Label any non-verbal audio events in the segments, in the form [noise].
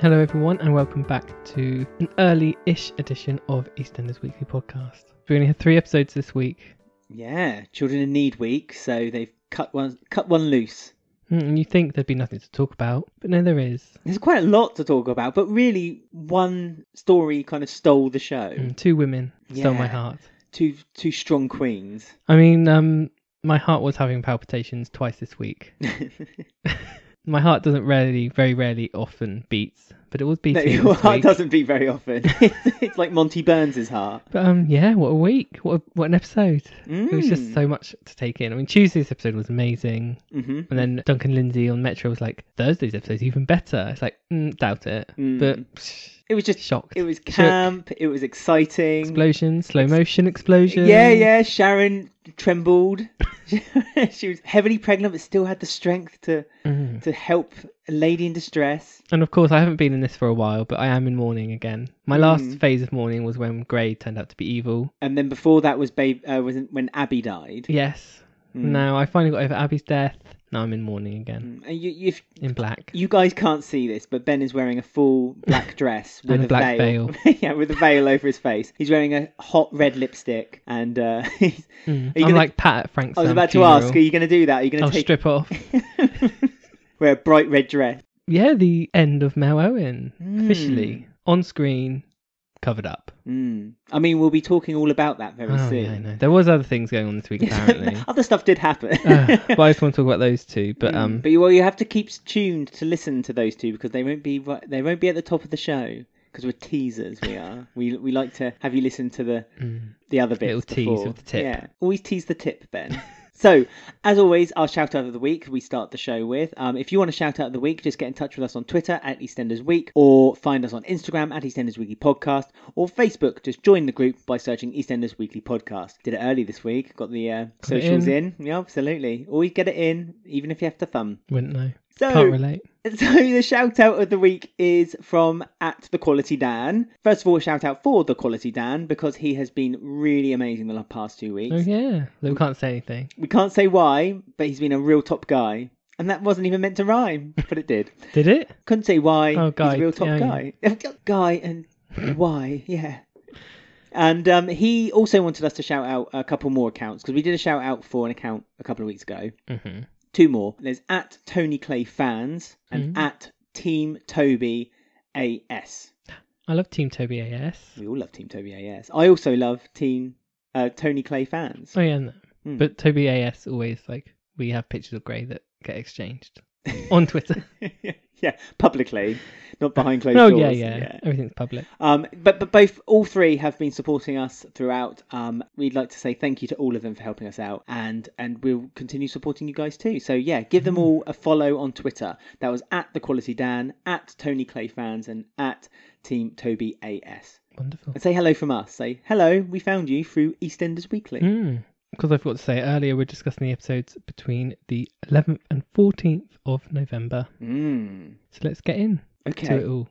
Hello, everyone, and welcome back to an early ish edition of EastEnders Weekly Podcast. We only had three episodes this week. Yeah, Children in Need Week, so they've cut one cut one loose. Mm, And you think there'd be nothing to talk about, but no, there is. There's quite a lot to talk about, but really one story kind of stole the show. Mm, two women stole my Yeah. heart. Two two [laughs] strong queens. I mean, um, my heart was having palpitations twice this week. My heart doesn't rarely, very rarely, often beats, but it was No, beating. your this heart week. doesn't beat very [laughs] often. it's like Monty Burns' heart. But um, yeah, what a week! What a, what an episode! It was just Mm. so much to take in. I mean, Tuesday's episode was amazing. Mhm. And then Duncan Lindsay on Metro was like, Thursday's episode's even better. It's like, mm, doubt it. Mm. But psh, It was just shocked. it was Shook. camp, it was exciting. Explosion, slow motion explosion. Yeah, yeah, Sharon trembled. [laughs] she was heavily pregnant but still had the strength to Mm. to help a lady in distress. And of course, I haven't been in this for a while, but I am in mourning again. My last Mm. phase of mourning was when Grey turned out to be evil. And then before that was babe uh, was when Abby died. Yes. Mm. Now I finally got over Abby's death. Now I'm in mourning again, Mm, And you, if in black. you guys can't see this, but Ben is wearing a full [laughs] black dress with And a black [laughs] yeah, with a veil over his face. He's wearing a hot red lipstick, and uh, [laughs] he's- Mm. Are you I'm gonna- like Pat at Frank's. I was um, about to funeral. ask, are you going to do that? Are you going I'll to take strip off. [laughs] wear a bright red dress? Yeah, the end of Mel Owen officially Mm. on screen, covered up. Mm. I mean, we'll be talking all about that very Oh, yeah, I [laughs] soon. know. There was other things going on this [laughs] week apparently. Other stuff did happen. [laughs] uh, but I just want to talk about those two. But um, but you, well, you have to keep tuned to listen to those two because they won't be ri- they won't be at the top of the show because we're teasers. [laughs] We are. we we like to have you listen to the mm, the other bits. Little tease before. of the tip. Yeah, always tease the tip, Ben. so, as always, our shout out of the week we start the show with. Um, if you want a shout out of the week, just get in touch with us on Twitter at EastEnders Week or find us on Instagram at EastEnders Weekly Podcast or Facebook. Just join the group by searching EastEnders Weekly Podcast. Did it early this week, got the uh, it socials in. Yeah, absolutely. Always get it in, even if you have to thumb. wouldn't know. So, Can't relate. [laughs] so the shout out of the week is from at the quality Dan. First of all, shout out for the quality Dan because he has been really amazing the past two weeks. Oh yeah, Lou can't say anything. We can't say why, but he's been a real top guy, and that wasn't even meant to rhyme, but it [laughs] did. Did it? Couldn't say why. Oh, guy. He's a real top Yeah, guy. [laughs] guy and why? Yeah. And um, he also wanted us to shout out a couple more accounts because we did a shout out for an account a couple of weeks ago hmm two more. There's at Tony Clay fans and Mm. at Team Toby AS. I love Team Toby AS. We all love Team Toby AS. I also love Team uh, Tony Clay fans. [laughs] Oh yeah, no. Mm. but Toby AS always like we have pictures of Gray that get exchanged on Twitter. yeah, publicly, not behind closed oh doors. yeah, yeah, Everything's public. Um, but but both all three have been supporting us throughout. Um, we'd like to say thank you to all of them for helping us out, and and we'll continue supporting you guys too. So yeah, give Hmm. them all a follow on Twitter. That was at the Quality Dan, at Tony Clay fans, and at Team Toby AS. Wonderful. And say hello from us. Say, hello, we found you through EastEnders Weekly. Mm. Because I forgot to say earlier, we're discussing the episodes between the 11th and 14th of November. Mm. So let's get in to it Okay. all.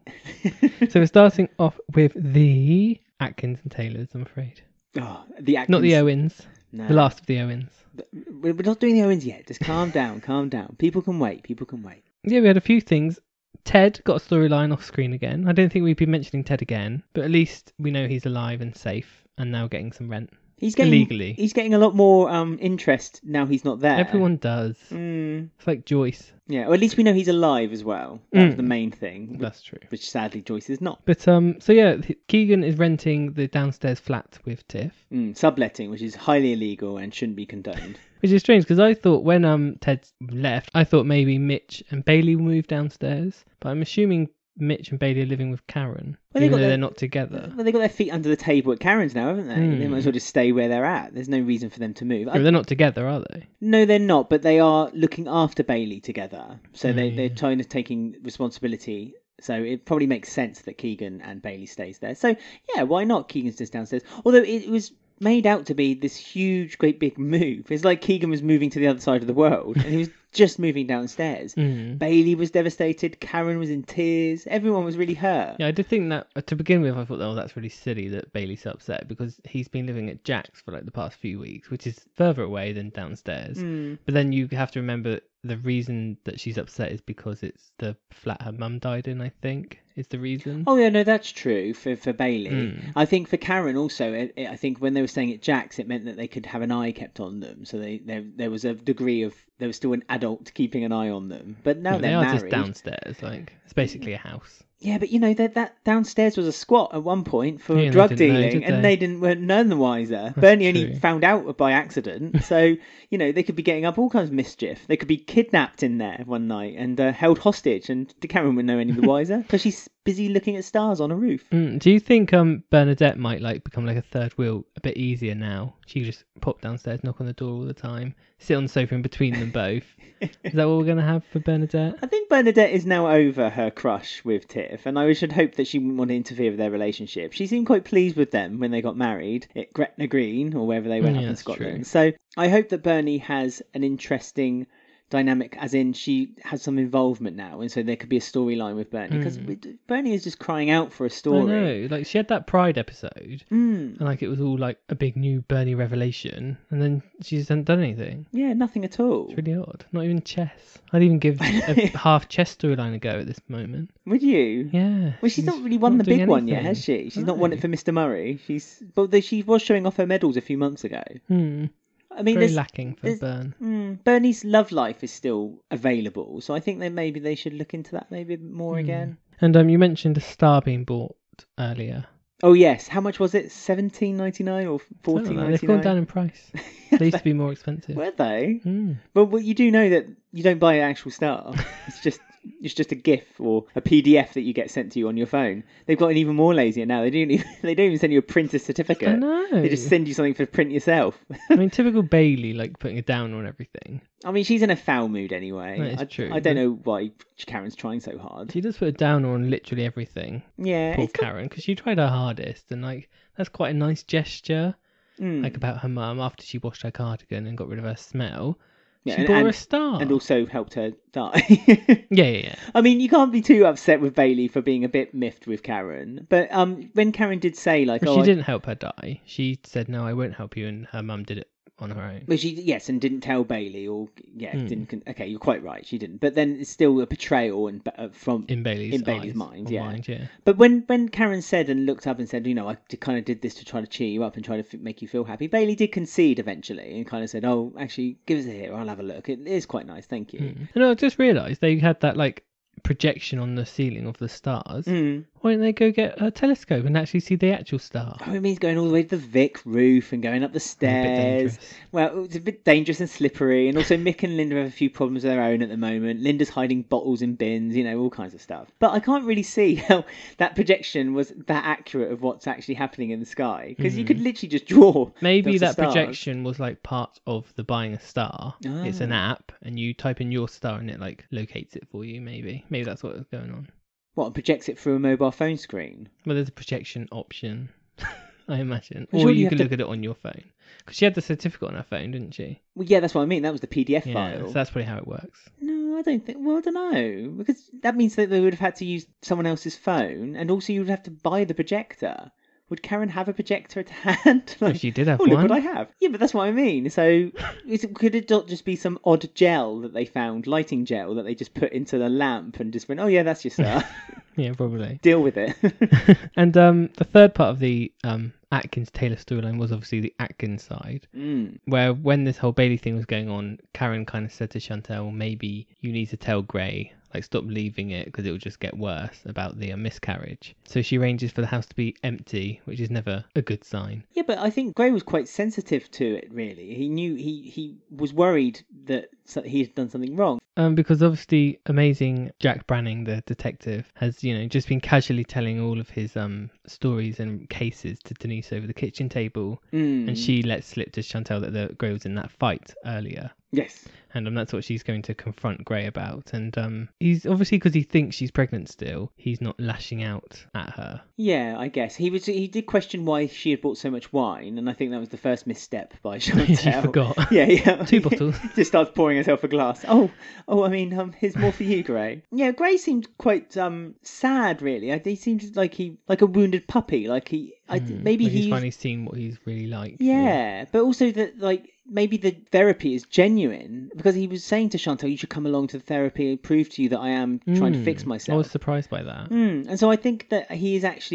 so we're starting off with the Atkins and Taylors, I'm afraid. Oh, the Atkins. Not the Owens, No. the last of the Owens. We're we're not doing the Owens yet. Just calm down, calm down. People can wait, people can wait. Yeah, we had a few things. Ted got a storyline off screen again. I don't think we'd be mentioning Ted again, but at least we know he's alive and safe and now getting some rent. He's getting Illegally. He's getting a lot more um interest now he's not there. Everyone does. Mm, It's like Joyce. yeah, or at least we know he's alive as well. That's Mm. the main thing, That's true. which sadly Joyce is not. But um, so yeah, th- Keegan is renting the downstairs flat with Tiff, Mm, subletting, which is highly illegal and shouldn't [laughs] be condoned. which is strange because I thought when um Ted left, I thought maybe Mitch and Bailey will move downstairs, but I'm assuming Mitch and Bailey are living with Karen, Well, they even got though their- they're not together. well, they got their feet under the table at Karen's now, haven't they? They Mm. might as well just stay where they're at. There's no reason for them to move. I- They're not together, are they? No, they're not, but they are looking after Bailey together. So they, Mm. they're trying to taking responsibility. So it probably makes sense that Keegan and Bailey stays there. So yeah, why not? Keegan's just downstairs. Although it was made out to be this huge, great big move. It's like Keegan was moving to the other side of the world, and [laughs] he was just moving downstairs. Mm. Bailey was devastated. Karen was in tears. Everyone was really hurt. Yeah, I did think that uh, to begin with, I thought, oh, that's really silly that Bailey's upset because he's been living at Jack's for like the past few weeks, which is further away than downstairs. Mm. But then you have to remember the reason that she's upset is because it's the flat her mum died in, I think. is the reason. Oh yeah, no, that's true for for Bailey. Mm. I think for Karen also, it, it, I think when they were staying at Jack's, it meant that they could have an eye kept on them. So they, there there was a degree of there was still an adult keeping an eye on them. But now Yeah, they they're are married. just downstairs. Like it's basically a house. Yeah, but you know that that downstairs was a squat at one point for Yeah, and they drug didn't know, dealing, did and they? they didn't weren't none the wiser. Bernie only true. found out by [laughs] accident. so you know they could be getting up all kinds of mischief. They could be kidnapped in there one night and uh, held hostage, and Karen wouldn't know any the wiser because she's busy looking at stars on a roof. Mm, do you think um Bernadette might like become like a third wheel a bit easier now? She could just pop downstairs, knock on the door all the time, sit on the sofa in between them [laughs] both. is that what we're gonna have for Bernadette? I think Bernadette is now over her crush with Tiff, and I should hope that she wouldn't want to interfere with their relationship. She seemed quite pleased with them when they got married at Gretna Green, or wherever they went Mm, up yeah, in that's true. Scotland. So I hope that Bernie has an interesting dynamic, as in she has some involvement now, and so there could be a storyline with Bernie, because Bernie is just crying out for a Hmm. I story. know. Like she had that Pride episode, Mm, and like it was all like a big new Bernie revelation, and then she just hasn't done anything. yeah, nothing at all. It's really odd. Not even chess. I'd even give a [laughs] half chess storyline a go at this moment. Would you? Yeah. Well, she's, not really won the doing big one yet, anything. has she? She's not won it No. for Mr. Murray. She's, but though she was showing off her medals a few months ago. Hmm. I mean, Very there's, lacking for there's- Bern. Mm, Bernie's love life is still available, so I think that maybe they should look into that maybe a bit more Hmm. again. And um, you mentioned a star being bought earlier. Oh yes, how much was it? Seventeen ninety nine or Something fourteen like that. They've gone ninety down nine? in [laughs] price. They used to be more expensive. Were they? Hmm. Well, well, you do know that you don't buy an [laughs] actual star. It's just it's just a GIF or a PDF that you get sent to you on your phone. They've gotten even more lazier now. They don't even, [laughs] they don't even send you a printed I certificate. know. They just send you something for print yourself. [laughs] I mean, typical Bailey, like putting a down on everything. I mean, she's in a foul mood anyway. That is I, true, I but- don't know why Karen's trying so hard. She does put a down on literally everything. Yeah, Poor it's not- Karen, because she tried her hardest, and like that's quite a nice gesture. Mm. Like about her mum after she washed her cardigan and got rid of her smell. Yeah, she and- bought and- her a star. and also helped her die. [laughs] Yeah, yeah, yeah. I mean, you can't be too upset with Bailey for being a bit miffed with Karen. But um, when Karen did say like, Well, "Oh," she I- didn't help her die. She said, "No, I won't help you," and her mum did it on her own. well, she yes, and didn't tell Bailey, or yeah, Hmm. didn't. con- Okay, you're quite right. She didn't. But then it's still a betrayal and uh, from. In Bailey's In Bailey's eyes, mind, or yeah. yeah. But when when Karen said and looked up and said, you know, I kind of did this to try to cheer you up and try to f- make you feel happy. Bailey did concede eventually and kind of said, oh, actually, give us a here. I'll have a look. It is quite nice. Thank you. Mm. And I just realised they had that like projection on the ceiling of the stars. Mm. Why didn't they go get a telescope and actually see the actual star? Oh, it means going all the way to the Vic roof and going up [laughs] A the bit stairs. dangerous. Well, it's a bit dangerous and slippery, and also Mick and Linda have a few problems of their own at the moment. Linda's hiding bottles in bins, you know, all kinds of stuff. But I can't really see [laughs] how that projection was that accurate of what's actually happening in the sky, because you Hmm. could literally just draw. Maybe lots that of stars. projection was like part of the buying a star. It's an Ah. app, and you type in your star, and it like locates it for you. Maybe, maybe that's what was going on. What and projects it through a mobile phone screen? Well, there's a projection option, [laughs] I imagine, Well, or surely you you can have to- look at it on your phone because she had the certificate on her phone, didn't she? Well, yeah, that's what I mean. That was the PDF Yeah, file. so that's probably how it [laughs] works. No, I don't think. Well, I don't know because that means that they would have had to use someone else's phone, and also you would have to buy the projector. Would Karen have a projector at [laughs] hand? Well, Like- she did have Oh, one. look what I have. Yeah, but that's what I mean. [laughs] So, is it, could it not just be some odd gel that they found, lighting gel that they just put into the lamp and just went, oh, yeah, that's your star. [laughs] Yeah, probably. Deal with it. [laughs] [laughs] and um, the third part of the um, Atkins Taylor storyline was obviously the Atkins side, mm. where when this whole Bailey thing was going on, Karen kind of said to Chantel, well, maybe you need to tell Gray, like, stop leaving it because it will just get worse about the uh, miscarriage. So she arranges for the house to be empty, which is never a good sign. Yeah, but I think Gray was quite sensitive to it, really. He knew, he, he was worried that so- he had done something wrong. Um, because obviously, amazing Jack Branning, the detective, has you know just been casually telling all of his um stories and cases to Denise over the kitchen table, Mm. and she lets slip to Chantel that the Gray was in that fight earlier, Yes. and um, that's what she's going to confront Gray about. And um, he's obviously because he thinks she's pregnant still, he's not lashing out at her. [laughs] Yeah, I guess he was. He did question why she had bought so much wine, and I think that was the first misstep [laughs] by Chantel. she forgot. [laughs] Yeah, yeah. Two bottles. Just starts pouring herself a glass. Oh, oh, I mean, um, here's more for you, Gray. Yeah, Gray seemed quite um sad, really. I, he seemed like he like a wounded puppy. Like he, I, Hmm, maybe but he's he. finally seen what he's really like. Yeah, but also that like maybe the therapy is genuine because he was saying to Chantal, "You should come along to the therapy and prove to you that I am trying to fix Mm, I was myself." surprised by that. Mm. And so I think that he is actually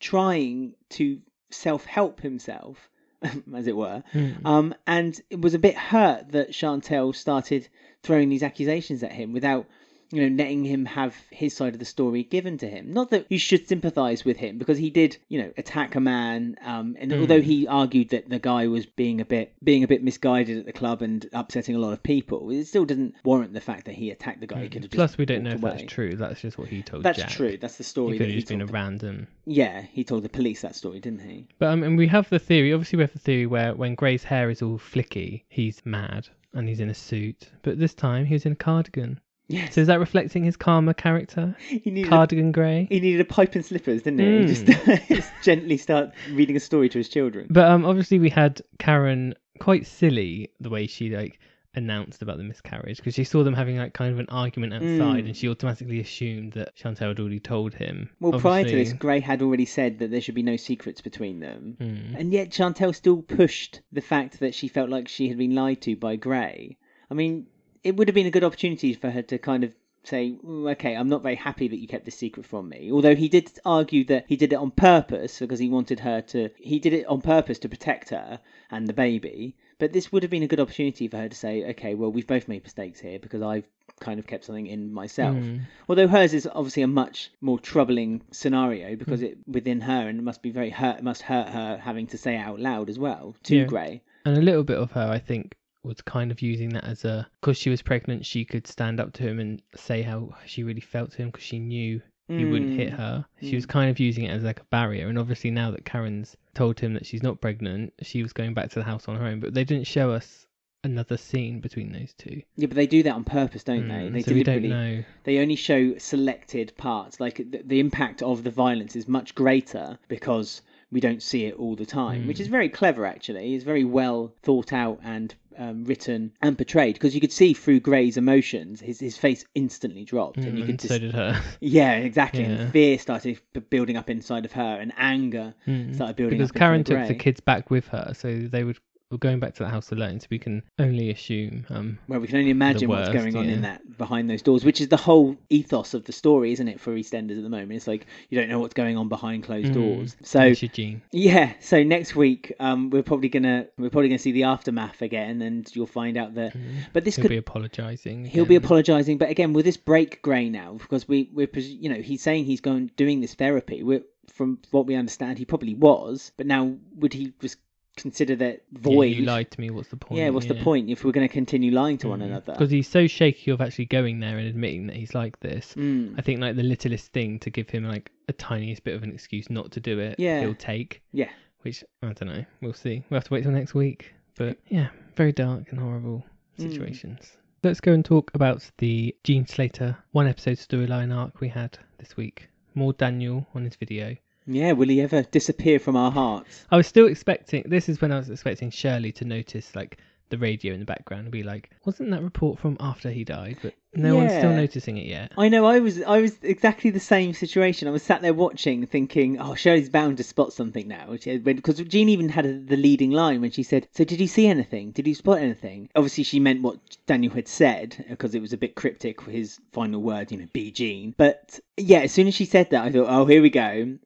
trying to self-help himself, [laughs] as it were. Mm. Um, and it was a bit hurt that Chantel started throwing these accusations at him without, you know, letting him have his side of the story given to him. Not that you should sympathise with him because he did, you know, attack a man. Um, and Mm. although he argued that the guy was being a bit being a bit misguided at the club and upsetting a lot of people, it still doesn't warrant the fact that he attacked the guy. He could have just Mm. Plus, we don't know if walked that's away. true. That's just what he told That's Jack. true. That's the He story. could that have he just been a told the- random. yeah, he told the police that story, didn't he? [laughs] But um, and we have the theory. Obviously, we have the theory where when Gray's hair is all flicky, he's mad and he's in a suit. But this time, he was in a cardigan. Yes, So is that reflecting his karma character? he needed a Cardigan Grey. He needed a pipe and slippers, didn't he? He [laughs] just gently start reading a story to his children. But um, obviously, we had Karen quite silly the way she like announced about the miscarriage because she saw them having like kind of an argument outside, Mm. and she automatically assumed that Chantal had already told him. Well, prior to this, Obviously- Gray had already said that there should be no secrets between them. Mm. And yet Chantel still pushed the fact that she felt like she had been lied to by Gray. I mean, it would have been a good opportunity for her to kind of say, "Mm, okay, I'm not very happy that you kept this secret from me. Although he did argue that he did it on purpose because he wanted her to, he did it on purpose to protect her and the baby. But this would have been a good opportunity for her to say, okay, well, we've both made mistakes here because I've kind of kept something in myself. Mm. Although hers is obviously a much more troubling scenario because Hmm. it within her and it must be very hurt, must hurt her having to say it out loud as well to Yeah. Gray. And a little bit of her, I think, was kind of using that as a because she was pregnant, she could stand up to him and say how she really felt to him because she knew he wouldn't hit Mm. her. She was kind of using it as like a barrier. And obviously, now that Karen's told him that she's not pregnant, she was going back to the house on her own. But they didn't show us another scene between those two. Yeah, but they do that on purpose, don't they? Mm, They so we don't know. They only show selected parts. Like the, the impact of the violence is much greater because we don't see it all the time, which Mm. is very clever. Actually, it's very well thought out and um, written and portrayed because you could see through Gray's emotions, his his face instantly dropped, Mm, and you could and just so did [laughs] her. Yeah, exactly. Yeah. And fear started b- building up inside of her, and anger Mm. started building because up. into Karen took Grey, the kids back with her, so they would were going back to the house alone. So we can only assume. Um, Well, we can only imagine what's worst, going on yeah. in that behind those doors, which is the whole ethos of the story, isn't it? For EastEnders at the moment, it's like you don't know what's going on behind closed Mm. doors. So Alicia Jean. yeah, so next week um, we're probably gonna we're probably gonna see the aftermath again, and you'll find out that. Mm. But this He'll could be apologising. He'll be again. apologising, but again, will this break Gray now? Because we, we're, pres- you know, he's saying he's going doing this therapy. We're, from what we understand, he probably was, but now would he just consider that void? Yeah, you lied to Mm. me. What's the point? Yeah, what's the point if we're going to continue lying to one another? Because he's so shaky of actually going there and admitting that he's like this. Mm, I think like the littlest thing to give him like a tiniest bit of an excuse not to do it, Yeah. he'll take. Yeah. Which I don't know. We'll see. We'll have to wait till next week. But yeah, very dark and horrible Mm. situations. Let's go and talk about the Gene Slater one episode storyline arc we had this week. More Daniel on his video. yeah, will he ever disappear from our hearts? I was still expecting. This is when I was expecting Shirley to notice like the radio in the background and be like, "Wasn't that report from after he died?" But no one's still Yeah. noticing it yet. I know. I was I was exactly the same situation. I was sat there watching, thinking, "Oh, Shirley's bound to spot something now." Because Jean even had a, the leading line when she said, "So did you see anything? Did you spot anything?" Obviously, she meant what Daniel had said because it was a bit cryptic. with His final word, you know, "Be Jean." But yeah, as soon as she said that, I thought, "Oh, here we go."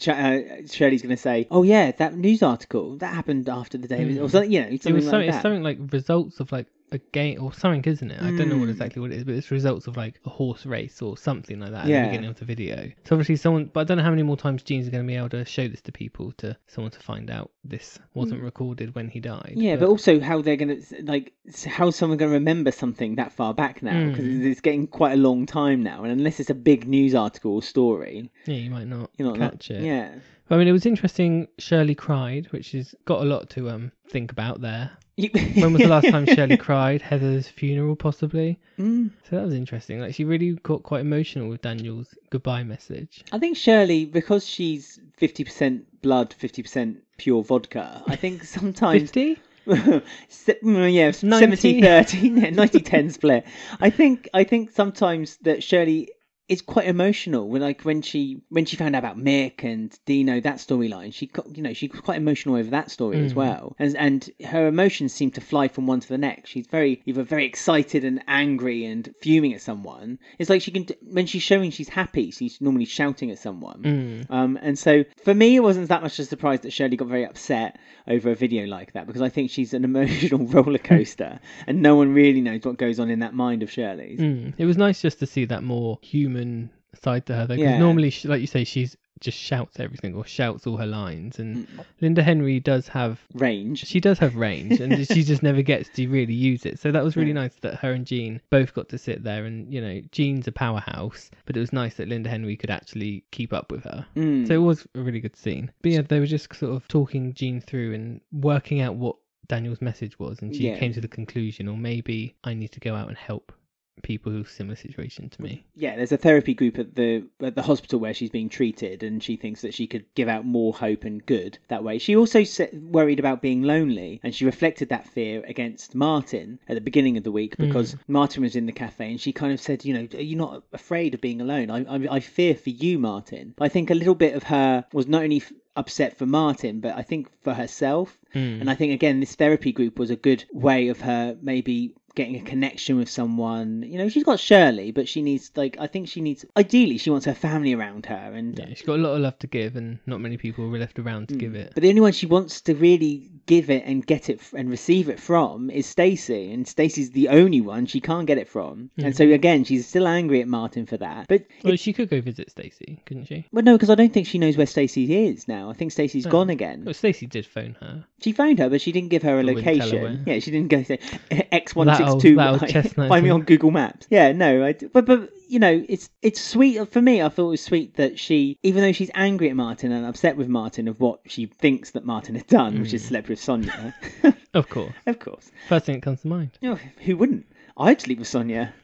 Ch- Uh, Shirley's going to say, "Oh yeah, that news article that happened after the day," was or something. You know, something Hmm. it was like something, it's that. something like results of like a game or something, isn't it? I don't know what Mm. exactly what it is, but it's results of like a horse race or something like that at Yeah. the beginning of the video. So obviously someone, but I don't know how many more times Gene's going to be able to show this to people to someone to find out this wasn't recorded when he died. Hmm. Yeah, but also how they're gonna like s- how's someone gonna remember something that far back now? Because Mm. it's getting quite a long time now, and unless it's a big news article or story, yeah, you might not you know, that- catch it. yeah, I mean, it was interesting. Shirley cried, which has got a lot to um think about there. You- [laughs] When was the last [laughs] time Shirley cried? Heather's funeral, possibly. Mm. So that was interesting. Like she really got quite emotional with Daniel's goodbye message. I think Shirley, because she's fifty percent blood, fifty percent pure vodka. [laughs] I think sometimes Fifty. Se- mm, yeah, 90. 70 30, 90 10 split. I think I think sometimes that Shirley it's quite emotional when like when she when she found out about Mick and Dino that storyline she got you know she was quite emotional over that story as Mm. well and and her emotions seem to fly from one to the next she's very either very excited and angry and fuming at someone it's like she can when she's showing she's happy she's normally shouting at someone Mm. um, and so for me, it wasn't that much a surprise that Shirley got very upset over a video like that because I think she's an [laughs] emotional roller coaster, and no one really knows what goes on in that mind of Shirley's. Mm. It was nice just to see that more human side to her, though. Because Yeah. normally, she, like you say, she's just shouts everything or shouts all her lines, and Mm. Linda Henry does have Range. she does have range, [laughs] and she just never gets to really use it. So that was really Yeah. nice that her and Jean both got to sit there, and you know, Jean's a powerhouse, but it was nice that Linda Henry could actually keep up with her. Mm. So it was a really good scene. But yeah, they were just sort of talking Jean through and working out what Daniel's message was, and she Yeah. came to the conclusion, or maybe I need to go out and help people who are similar situation to me. yeah, there's a therapy group at the at the hospital where she's being treated, and she thinks that she could give out more hope and good that way. She also sa- worried about being lonely, and she reflected that fear against Martin at the beginning of the week because Martin was in the cafe, and she kind of said, you know, are you not afraid of being alone? I I, I fear for you, Martin. I think a little bit of her was not only f- upset for Martin, but I think for herself Mm. and I think again, this therapy group was a good way of her maybe getting a connection with someone. You know, she's got Shirley, but she needs like I think she needs ideally she wants her family around her and Mm. Yeah, she's got a lot of love to give, and not many people were left around to give it. but the only one she wants to really give it and get it f- and receive it from is Stacy, and Stacy's the only one she can't get it from. And so Mm-hmm. again, she's still angry at Martin for that. But Well, she could go visit Stacey, couldn't she? well, no, because I don't think she knows where Stacy is now. I think Stacy's No. gone again. Well, Stacey did phone her. She phoned her, but she didn't give her a But wouldn't tell her location. where. Yeah, she didn't go say eh, X one That six old- two. that old chestnut, [laughs] Find me yeah. on Google Maps. Yeah, no, I d but but you know, it's it's sweet for me. I thought it was sweet that she, even though she's angry at Martin and upset with Martin of what she thinks that Martin had done, which Hmm. is slept [laughs] with Sonia. Of course. of course, First thing that comes to mind. no, who wouldn't? I'd sleep with Sonia.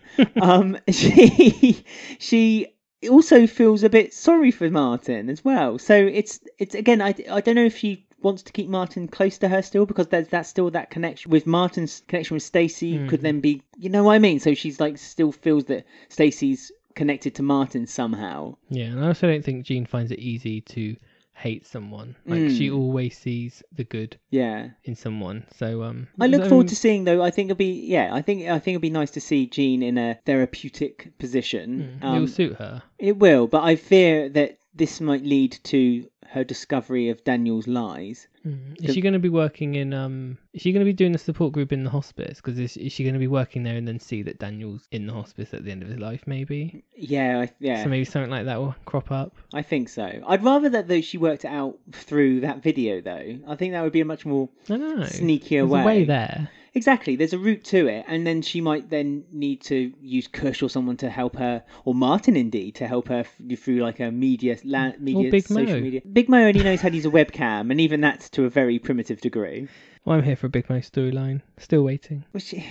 um, she she also feels a bit sorry for Martin as well. So it's it's again, I I don't know if she wants to keep Martin close to her still because there's that's still that connection with Martin's connection with Stacey could then be you know what I mean. So she's like still feels that Stacey's connected to Martin somehow. Yeah, and I also don't think Jean finds it easy to hate someone. Like she always sees the good Yeah. in someone. So um, I look so- forward to seeing though. I think it'll be yeah. I think I think it'll be nice to see Jean in a therapeutic position. Um, It will suit her. It will, but I fear that this might lead to her discovery of Daniel's lies. Mm. Is she going to be working in um? Is she going to be doing a support group in the hospice? Because is, is she going to be working there and then see that Daniel's in the hospice at the end of his life? Maybe. Yeah, I, yeah, So maybe something like that will crop up. I think so. I'd rather that though she worked it out through that video though. I think that would be a much more I don't know. sneakier There's way. a way there. Exactly. There's a route to it, and then she might then need to use Kush or someone to help her, or Martin indeed to help her f- through like a media, la- media, Big social Mo. media. Big Mo only knows how to use a webcam, and even that's to a very primitive degree. Well, I'm here for a Big Mo storyline. Still waiting. Well, she,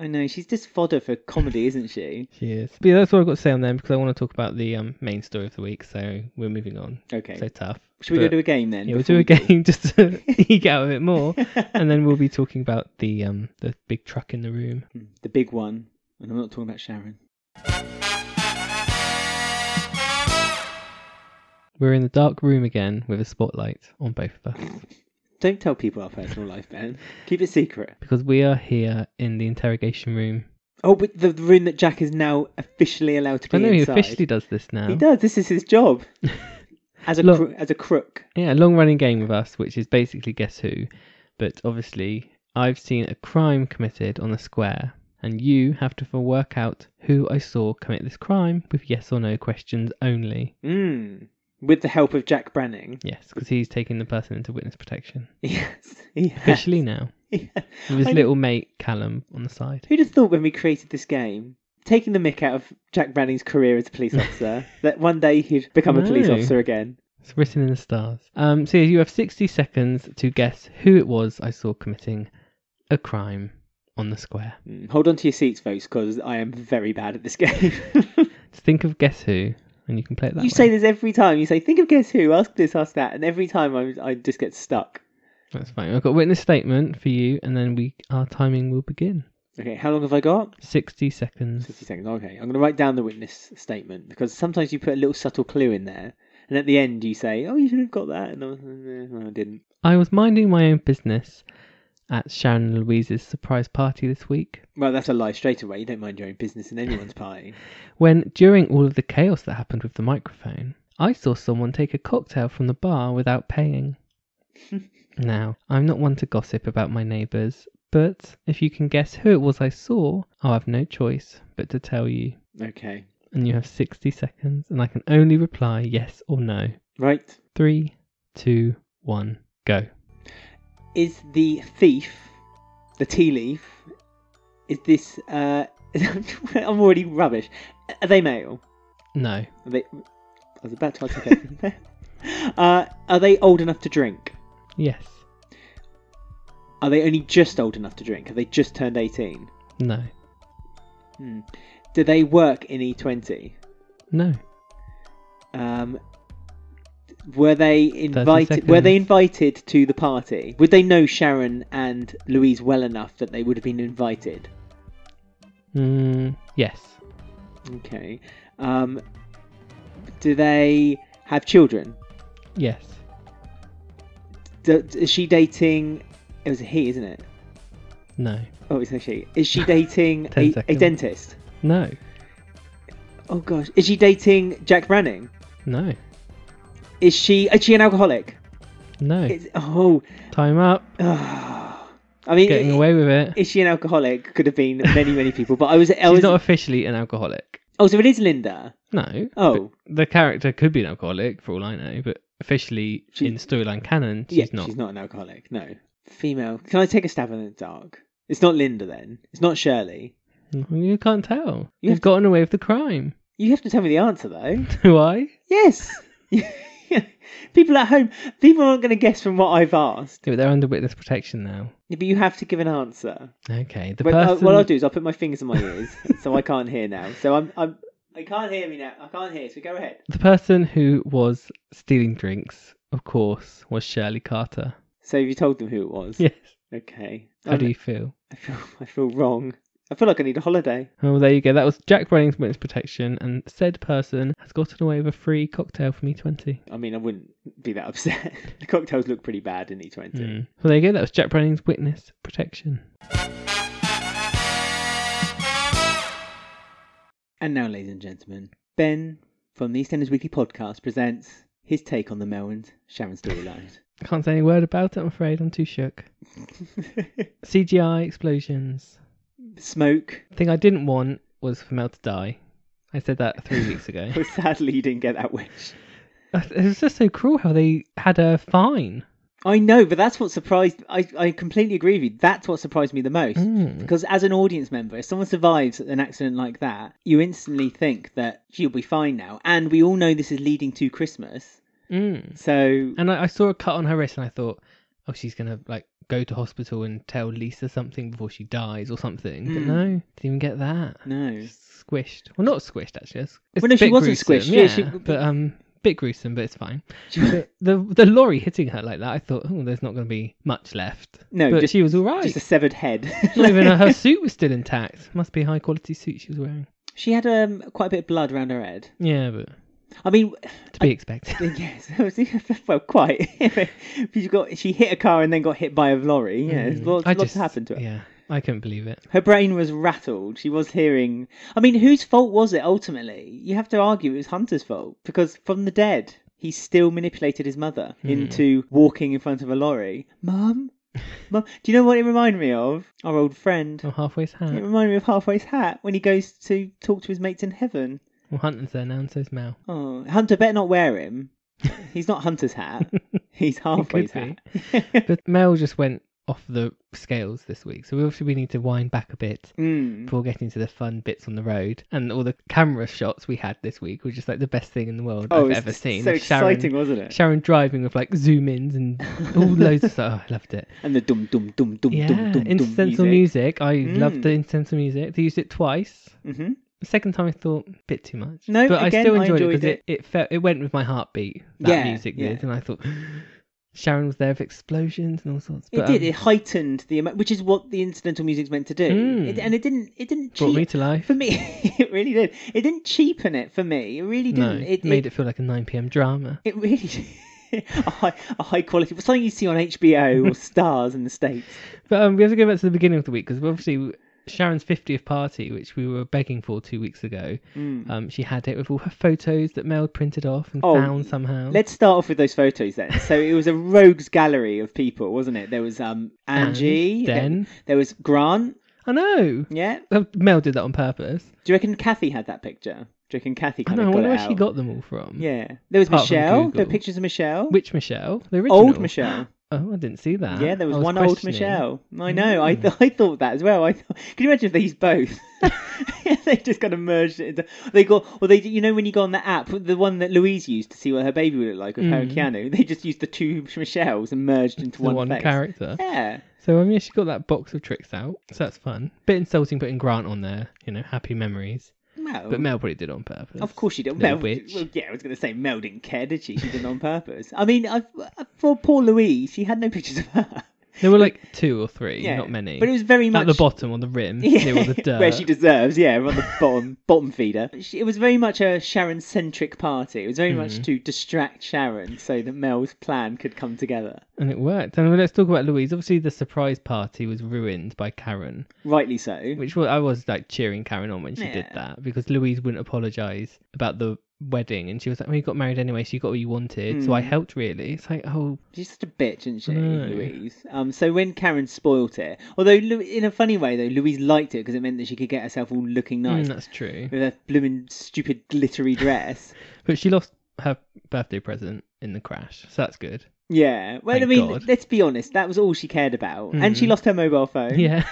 I know she's just fodder for comedy, isn't she? She is. But yeah, that's what I've got to say on them because I want to talk about the um main story of the week. So we're moving on. Okay. So tough. Should we But- go to a game then? Yeah, we'll before do a we- game [laughs] just to [laughs] eke out a bit more, and then we'll be talking about the um the big truck in the room. The big one. And I'm not talking about Sharon. We're in the dark room again with a spotlight on both of us Don't tell people our personal life, Ben. Keep it secret. because we are here in the interrogation room. Oh, but the the room that Jack is now officially allowed to be I know he inside. officially does this now. He does. This is [laughs] his job. As a Look. cro- as a crook. Yeah, a long running game with us, which is basically guess who, but obviously I've seen a crime committed on the square, and you have to work out who I saw commit this crime with yes or no questions only. Mm. With the help of Jack Branning. [laughs] Yes, because he's taking the person into witness protection Yes. He has. officially now. Yeah. With his I- little mate Callum on the side. Who'd have thought when we created this game, taking the mick out of Jack Branning's career as a [laughs] police officer, that one day he'd become a police No. officer again? It's written in the stars. Um, so you have 60 seconds to guess who it was I saw committing a crime on the square. Mm. Hold on to your seats, folks, because I am very bad at this [laughs] game. Just think of guess who, and you can play it that You way. say this every time. You say, think of guess who, ask this, ask that, and every time I, I just get stuck. That's fine. I've got witness statement for you, and then we our timing will begin. Okay, how long have I got? 60 seconds. 60 seconds. Okay, I'm going to write down the witness statement because sometimes you put a little subtle clue in there, and at the end you say, "Oh, you should have got that," and I, was, "No, I didn't. I was minding my own business at Sharon and Louise's surprise party this week Well, that's a lie straight away. You don't mind your own business in anyone's party. when, during all of the chaos that happened with the microphone, I saw someone take a cocktail from the bar without paying. now, I'm not one to gossip about my neighbours, but if you can guess who it was I saw, I'll have no choice but to tell you. Okay, And you have 60 seconds, and I can only reply yes or no. right. Three, two, one, go. Is the thief the tea leaf? Is this? uh [laughs] I'm already rubbish. Are they male? No. Are they? I was about to articulate. [laughs] uh, are they old enough to drink? Yes. Are they only just old enough to drink? Have they just turned 18? No. Hmm. Do they work in E E20? No. Um, were they invited? seconds. Were they invited to the party? Would they know Sharon and Louise well enough that they would have been invited? Mm, yes. Okay. Um, do they have children? Yes. Do, is she dating? It was a he, isn't it? No. Oh, it's a she. [laughs] Is she dating Ten a, a seconds. dentist? No. Oh gosh, is she dating Jack Branning? No. Is she? Is she an alcoholic? No. It's, oh, Time up. I mean, Getting away with it. Is she an alcoholic? Could have been many, many people. But I was. I She's was not officially an alcoholic. Oh, so it is Linda. No. Oh, The character could be an alcoholic for all I know, but officially She- in storyline canon, she's yeah, not. she's not an alcoholic. No, female. Can I take a stab in the dark? It's not Linda then. It's not Shirley. Mm, You can't tell. You You've have to- gotten away with the crime. [laughs] You have to tell me the answer though. Do I? Yes. [laughs] people at home, people aren't going to guess from what I've asked. Yeah, but they're under witness protection now. But you have to give an answer. Okay. The But, uh, person. what I'll do is I'll put my fingers in my ears, so I can't hear now. So I'm, I'm, I can't hear me now. I can't hear. So go ahead. The person who was stealing drinks, of course, was Shirley Carter. [laughs] So have you told them who it was? Yes. Okay. How do you feel? I feel, [laughs] I feel wrong. I feel like I need a holiday. Oh, there you go. That was Jack Browning's witness protection, and said person has gotten away with a free cocktail from E20. I mean, I wouldn't be that [laughs] upset. the cocktails look pretty bad in E20. Mm. Well, there you go. That was Jack Browning's witness protection. And now, ladies and gentlemen, Ben from the EastEnders Weekly podcast presents his take on the Mel and Sharon [laughs] storylines. Can't say any word about it, I'm afraid. I'm too shook. CGI explosions. Smoke. The thing I didn't want was for Mel to die. I said that three weeks ago. [laughs] Well, [laughs] sadly, you didn't get that wish. It was just so cruel how they had her fine. I know, but that's what surprised. I, I completely agree with you. That's what surprised me the most. Mm. Because as an audience member, if someone survives an accident like that, you instantly think that she'll be fine now. And we all know this is leading to Christmas. Mm. So And I, I saw a cut on her wrist, and I thought, oh, she's gonna like go to hospital and tell Lisa something before she dies or something. But Mm. no, didn't even get that. [laughs] no. Squished. Well, not squished actually. It's, it's Well, no, a she bit wasn't gruesome, squished. Yeah, she- but um, bit gruesome, but it's fine. the the lorry hitting her like that, I thought, oh, there's not gonna be much left. No, but just- she was all right. Just a severed head. [laughs] Not even her, her suit was still intact. Must be a high quality suit she was wearing. [laughs] she had um, quite a bit of blood around her head. Yeah, but I mean, [laughs] to be expected. yes, well, quite. [laughs] she got she hit a car and then got hit by a lorry. [laughs] Yeah, Mm, lots, I lots just- happened to her. Yeah, I couldn't believe it. Her brain was rattled. She was hearing. I mean, whose fault was it ultimately? You have to argue it was Hunter's fault because from the dead, he still manipulated his mother Hmm. into walking in front of a lorry. Mum, [laughs] mum. Do you know what it reminded me of? Our old friend. Oh, halfway's hat. It reminded me of Halfway's Hat when he goes to talk to his mates in heaven. Well, Hunter's there now, and so's [laughs] Mal. Oh, Hunter better not [laughs] wear him. He's not Hunter's hat. He's halfway's hat. could But Mel just went off the scales this week, so we obviously we need to wind back a bit Mm. before getting to the fun bits on the road. And all the camera shots we had this week were just like the best thing in the world Oh, I've it's ever seen. so Of Sharon, exciting, wasn't it? Sharon driving with like zoom ins and all loads of stuff. [laughs] Oh, I loved it. And the dum dum dum dum Yeah, dum dum incidental dum music. I loved Mm. the incidental music. They used it twice. Mm-hmm. The second time I thought a bit too much. No, but I again, still I enjoyed, it enjoyed because it. It, felt, it went with my heartbeat. That Yeah, music yeah. did, and I thought [gasps] Sharon was there with explosions and all sorts. It But, did. um, It heightened the amount, which is what the incidental music's meant to do. Mm. It, and it didn't. It didn't brought cheap, me to life. for me. [laughs] it really did. It didn't cheapen it for me. It really no, didn't. it made it, feel like a 9 p.m. drama. It really [laughs] a high, a high quality, something you see on [laughs] HBO or Stars in the States. But um, we have to go back to the beginning of the week because obviously Sharon's 50th party, which we were begging for two weeks ago, Mm. um, she had it with all her photos that Mel printed off and Oh, found somehow. Let's start off with those photos then. So it was a rogues gallery of people, wasn't it? There was um And Angie, there- then there was Grant. I know Yeah, Uh, Mel did that on purpose. do you reckon Kathy had that picture? Do you reckon Kathy I kind know. I of got wonder it where out? she got them all from. Yeah, there was Apart from Michelle. There were Google. pictures of Michelle. Which Michelle? The original. Old Michelle. Oh, I didn't see that. Yeah, there was, I one old questioning. Mm. Michelle. I know. I, th- I thought that as well. I thought, can you imagine if they [laughs] used both? [laughs] they just kind of merged it into. They got well. They you know when you go on the app, the one that Louise used to see what her baby would look like with her and Keanu. They just used the two Michelles and merged into Mm. The one, one, face. character. Yeah. So I mean, she got that box of tricks out. So that's fun. Bit insulting putting Grant on there. You know, happy memories. Well, But Mel probably did it on purpose. Oh. of course she didn't. Mel, Little well, bitch. yeah, I was going to say Mel didn't care, did she? She did it on purpose. I mean, I, for poor Louise, she had no pictures of her. There were like two or three, Yeah, not many. But it was very much at the bottom on the rim, near all the dirt. [laughs] where she deserves, yeah, on [laughs] the bottom bottom feeder. She, it was very much a Sharon centric party. It was very much Mm-hmm. to distract Sharon so that Mel's plan could come together. And it worked. And let's talk about Louise. Obviously, the surprise party was ruined by Karen, Rightly so. which was, I was like cheering Karen on when she did Yeah. that because Louise wouldn't apologise about the wedding, and she was like, "Well, you got married anyway, so you got what you wanted, so I Mm. helped." Really, it's like, oh, She's such a bitch, isn't she, No. Louise? Um, so when Karen spoilt it, although Lou- in a funny way though, Louise liked it because it meant that she could get herself all looking mm, nice that's true. with her blooming stupid [laughs] glittery dress. But she lost her birthday present in the crash, so that's good. yeah. Well, I Thank mean, God. let's be honest. That was all she cared about, and she Mm. lost her mobile phone. Yeah. [laughs]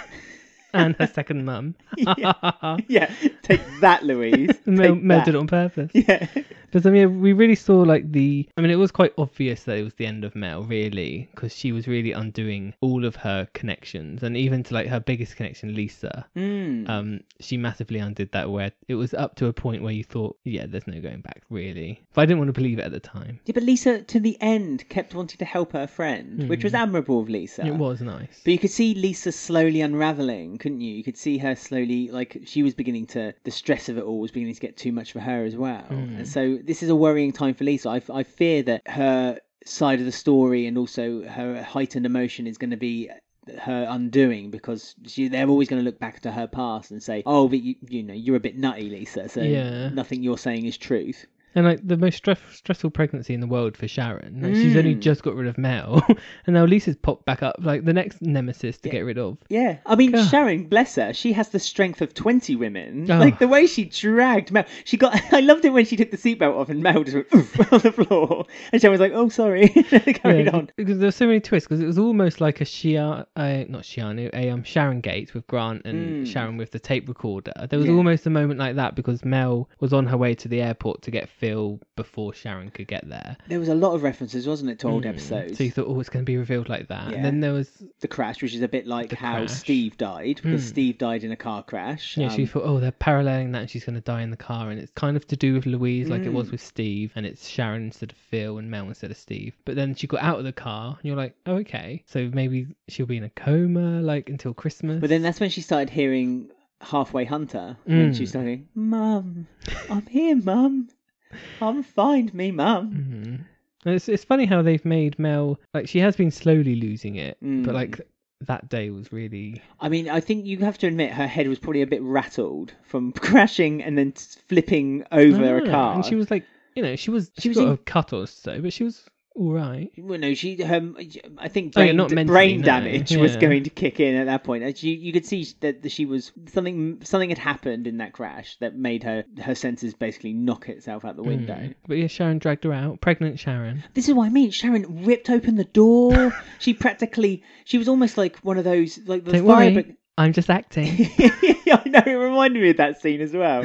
and her second mum. [laughs] Mel, Yeah. Take that, Louise. [laughs] Take Mel that. did it on purpose. [laughs] Yeah. Because I mean, we really saw like the. I mean, it was quite obvious that it was the end of Mel, really, because she was really undoing all of her connections, and even to like her biggest connection, Lisa. Mm. Um, she massively undid that. Where it was up to a point where you thought, yeah, there's no going back, really. But I didn't want to believe it at the time. Yeah, but Lisa, to the end, kept wanting to help her friend, which was admirable of Lisa. Hmm. It was nice. But you could see Lisa slowly unraveling, couldn't you? You could see her slowly, like, she was beginning to, the stress of it all was beginning to get too much for her as well. Hmm. And so this is a worrying time for Lisa. I, I fear that her side of the story and also her heightened emotion is going to be her undoing because she, they're always going to look back to her past and say, oh, but you, you know, you're a bit nutty, Lisa, so Yeah. nothing you're saying is truth. And like the most stress- stressful pregnancy in the world for Sharon. Like, She's only Mm. just got rid of Mel, [laughs] and now Lisa's popped back up, like the next nemesis to get rid of. Yeah, I mean God. Sharon, bless her, she has the strength of twenty women. Oh. Like the way she dragged Mel, she got. [laughs] I loved it when she took the seatbelt off and Mel just went "Oof," [laughs] on the floor, and Sharon was like, "Oh, sorry," [laughs] carried Yeah, on. Because there were so many twists. Because it was almost like a Shia, uh, not Shianu, a um, Sharon Gates with Grant and Mm. Sharon with the tape recorder. There was Yeah. almost a moment like that because Mel was on her way to the airport to get Phil before Sharon could get there. There was a lot of references, wasn't it, to old Mm. episodes? So you thought, oh, it's going to be revealed like that. Yeah. And then there was, The crash, which is a bit like The how crash. Steve died, because Mm. Steve died in a car crash. yeah, she Um, thought, oh, they're paralleling that and she's going to die in the car. And it's kind of to do with Louise, like it was Mm. with Steve. And it's Sharon instead of Phil and Mel instead of Steve. But then she got out of the car and you're like, oh, okay. So maybe she'll be in a coma, like until Christmas. But then that's when she started hearing Halfway Hunter, when she Mm. started, "Mum, I'm here, Mum, come find me, Mum." hmm It's it's funny how they've made Mel like she has been slowly losing it, Mm. but like that day was really I mean, I think you have to admit her head was probably a bit rattled from [laughs] crashing and then s- flipping over a Ah, car. and she was like, you know, she was She she was was got in- a cut or so, but she was all right. Well, no, she. Her, I think Oh, yeah, brain, not mentally, brain no. damage was Yeah. going to kick in at that point. And She, you could see that she was something. Something had happened in that crash that made her her senses basically knock itself out the window. Mm. But yeah, Sharon dragged her out, pregnant Sharon. This is what I mean. Sharon ripped open [laughs] the door. she practically. She was almost like one of those like the Don't fire. worry, but- I'm just acting. [laughs] I know it reminded me of that scene [laughs] as well.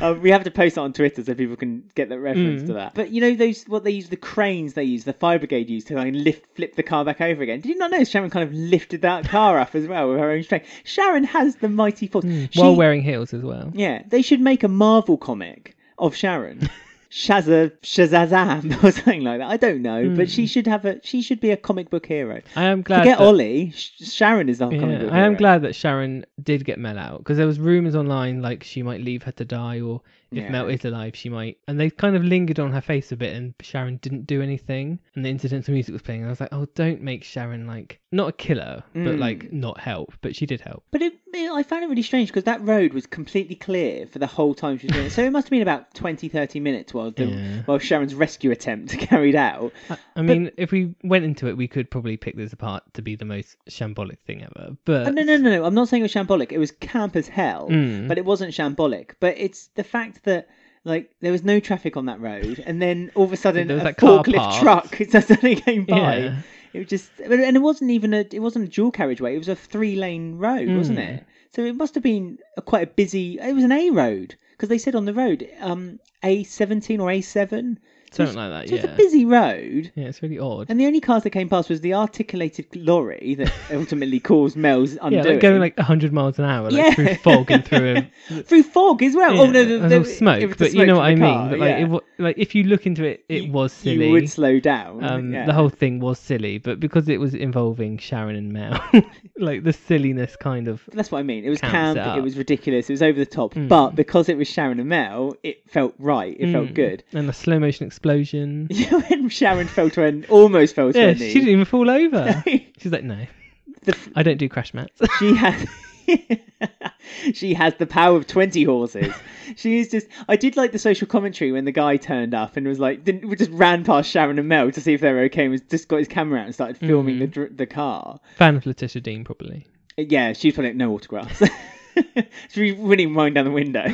Um, we have to post it on Twitter so people can get that reference Mm. to that. But you know those what they use the cranes they use the fire brigade used to like lift flip the car back over again. Did you not know Sharon kind of lifted that car up as well with her own strength? Sharon has the Mm, mighty force. She- While wearing heels as well. [laughs] yeah, they should make a Marvel comic of Sharon. Shazza Shazazam [laughs] or something like that. I don't know, but Hmm. she should have a she should be a comic book hero. I am glad. Forget that- Ollie, Sh- Sharon is not a Yeah, comic book I am hero. glad that Sharon did get Mel out because there was rumors online like she might leave her to die, or if Yeah. Mel is alive, she might. And they kind of lingered on her face a bit, and Sharon didn't do anything. And the incidental music was playing, and I was like, oh, don't make Sharon like not a killer, but Mm. like not help. But she did help. But it, it- I found it really strange because that road was completely clear for the whole time she was doing it. So it must have been about 20, 30 minutes while the, Yeah. while Sharon's rescue attempt [laughs] carried out. I, I mean, if we went into it, we could probably pick this apart to be the most shambolic thing ever. But Oh, no, no, no, no. I'm not saying it was shambolic. It was camp as hell, Mm. but it wasn't shambolic. But it's the fact that like there was no traffic on that road, and then all of a sudden There was a that car forklift parked. truck [laughs] suddenly came by. Yeah. It was just, and it wasn't even a it wasn't a dual carriageway. It was a three lane road, wasn't Mm. it? So it must have been a, quite a busy. It was an A road because they said on the road um A seventeen or A seven. So something it's- like that. so yeah, it's a busy road. yeah, it's really odd. And the only cars that came past was the articulated lorry that ultimately caused Mel's yeah, undoing. like going like 100 miles an hour, like Yeah. through fog and through [laughs] a through fog as well. Yeah, oh no, the, it was the- all smoke, it was the but you smoke know from what the I car, mean. But like, yeah. it wa- like if you look into it, it You- was silly. You would slow down. um, yeah. The whole thing was silly, but because it was involving Sharon and Mel, [laughs] like the silliness kind of That's what I mean. It was Camps camp. it It up. was ridiculous. It was over the top. Hmm. But because it was Sharon and Mel, it felt right. It felt Mm. good. [laughs] and the slow motion explosion. when Sharon fell to her, almost fell to Yeah, her she knees. [laughs] didn't even fall over. She's like, no, The f- I don't do crash mats. [laughs] she has [laughs] she has the power of 20 horses she is just i did like the social commentary when the guy turned up and was like didn't we just ran past sharon and mel to see if they were okay and was just got his camera out and started filming Hmm. the dr the car Fan of Letitia Dean, probably. yeah she's probably like, no autographs [laughs] she wouldn't even wind down the window [laughs]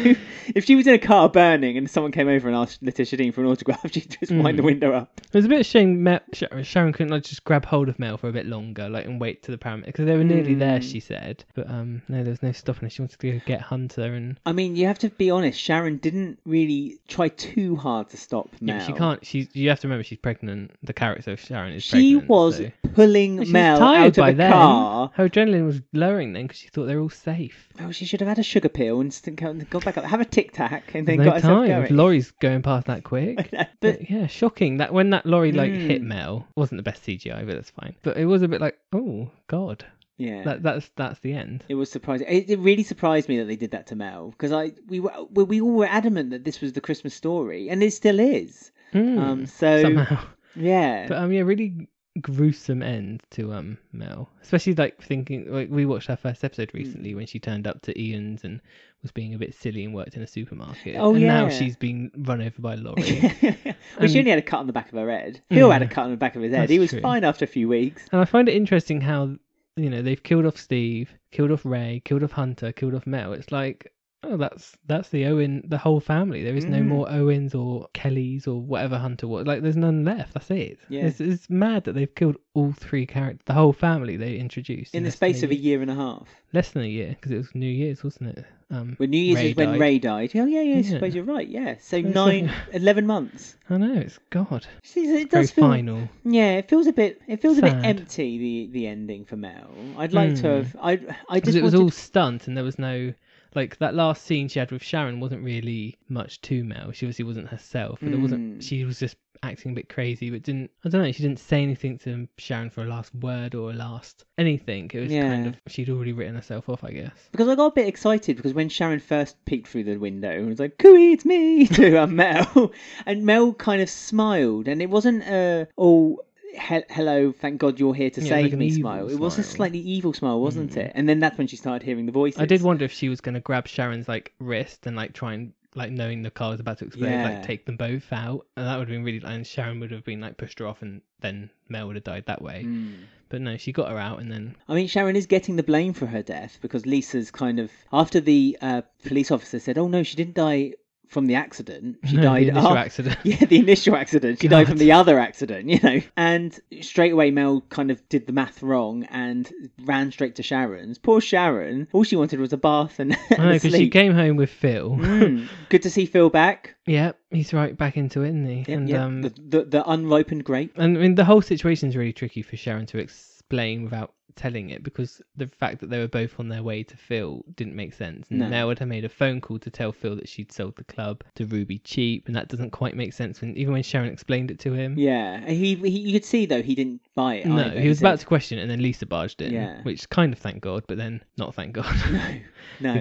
if she was in a car burning and someone came over and asked letitia dean for an autograph [laughs] she'd just Hmm. wind the window up It was a bit of a shame Mel- Sha- Sharon couldn't like just grab hold of Mel for a bit longer, like and wait to the paramedic because they were nearly Hmm. there. She said, but um, no, there was no stopping her. She wanted to go get Hunter, and i mean you have to be honest sharon didn't really try too hard to stop mel Yeah, but she can't. She's. You have to remember she's pregnant. The character of Sharon is She pregnant. was so- pulling But she was Mel tired out of by a then. car. Her adrenaline was lowering then because she thought they were all safe. Oh, she should have had a sugar pill and st- go- got back up, have a tic tac, and then No got herself time. If going. Laurie's going past that quick. [laughs] but But yeah, shocking that when that lorry like hit Mm. Mel wasn't the best CGI, but that's fine. But it was a bit like, oh god, yeah, that that's that's the end. it was surprising. It, it really surprised me that they did that to Mel because I we were we, we all were adamant that this was the Christmas story, and it still is. Mm, Um, so somehow, yeah, but um, yeah, really gruesome end to um Mel, especially like thinking like we watched her first episode Hmm. recently when she turned up to Ian's and was being a bit silly and worked in a supermarket. Oh, and now yeah. she's been run over by [laughs] Laurie. well, she And- only had a cut on the back of her head. Phil had a Yeah. cut on the back of his head. Um, hmm. That's he was true. fine after a few weeks. And I find it interesting how, you know, they've killed off Steve, killed off Ray, killed off Hunter, killed off Mel. It's like, oh, that's that's the Owen, the whole family. There is no Mm. more Owens or Kellys or whatever Hunter was. Like, there's none left. That's it. Yeah. It's, it's mad that they've killed all three characters, the whole family they introduced In the less than space of a year and a half, less than a year because it was New Year's, wasn't it? Um, when New Year's Ray is when died. Ray died. Oh yeah, yeah, I Yeah. suppose you're right. Yeah, so It's nine, like- [laughs] eleven months. I know it's God, See, it very does feel. final. Yeah, it feels a bit. It feels a bit Sad. empty. The the ending for Mel. I'd like to Mm. have. I I because just it was wanted. all stunt and there was no like that last scene she had with Sharon wasn't really much to Mel. She obviously wasn't herself, but there wasn't. Mm. She was just acting a bit crazy, but didn't. I don't know. She didn't say anything to Sharon for a last word or a last anything. It was kind Yeah. of she'd already written herself off, I guess. Because I got a bit excited because when Sharon first peeked through the window and was like, "Cooey, it's me," [laughs] to uh, Mel, [laughs] and Mel kind of smiled, and it wasn't a oh he- hello, thank God you're here to Yeah, it was save like an me evil smile. It was a smile. Hmm. slightly evil smile, wasn't it? And then that's when she started hearing the voices. I did wonder if she was going to grab Sharon's like wrist and like try and like knowing the car was about to explode, Yeah. like take them both out, and that would have been really. And Sharon would have been like pushed her off, and then Mel would have died that way. Mm. But no, she got her out, and then I mean, Sharon is getting the blame for her death because Lisa's kind of after the uh, police officer said, "Oh no, she didn't die from the accident. She [laughs] no, the died initial af- accident. [laughs] Yeah, the initial accident. She died God. from the other accident, you know. And straight away, Mel kind of did the math wrong and ran straight to Sharon's. Poor Sharon. All she wanted was a bath and, [laughs] and I know a because she sleep. came home with Phil. Mm. Good to see Phil back. [laughs] Yep, he's right back into it, isn't he? Yep, and yep. um, Mm. the, the the unripened grape. and I mean the whole situation's really tricky for Sharon to explain without telling it because the fact that they were both on their way to Phil didn't make sense. And No. Nell had made a phone call to tell Phil that she'd sold the club to Ruby cheap, and that doesn't quite make sense. When even when Sharon explained it to him, Yeah, and he, he you could see though he didn't buy it. no, either. he was said- about to question, it and then Lisa barged in, Yeah. which kind of thank God, but then not thank God. [laughs] No, no.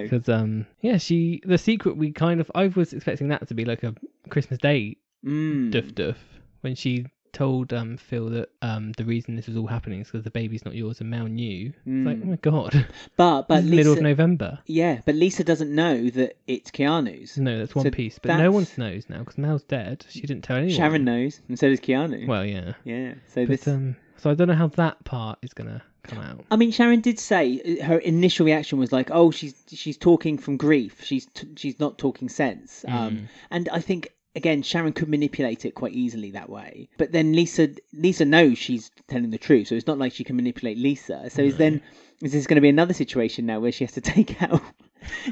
[laughs] because um yeah she the secret we kind of I was expecting that to be like a Christmas Day Mm. duff duff when she told um Phil that um the reason this was all happening is because the baby's not yours and Mel knew. It's like Mm. oh my god, But [laughs] but it's middle of Lisa, November. yeah, but Lisa doesn't know that it's Keanu's. No, that's one So piece, but no that's- one knows now because Mel's dead. She didn't tell anyone. Sharon knows, and so does Keanu. Well, yeah, yeah. So but this. um, so I don't know how that part is gonna come out. I mean, Sharon did say uh, her initial reaction was like, "Oh, she's she's talking from grief. She's t- she's not talking sense." Mm-hmm. Um, and I think again, Sharon could manipulate it quite easily that way. But then Lisa Lisa knows she's telling the truth, so it's not like she can manipulate Lisa. So is then is this going to be another situation now where she has to [laughs] take out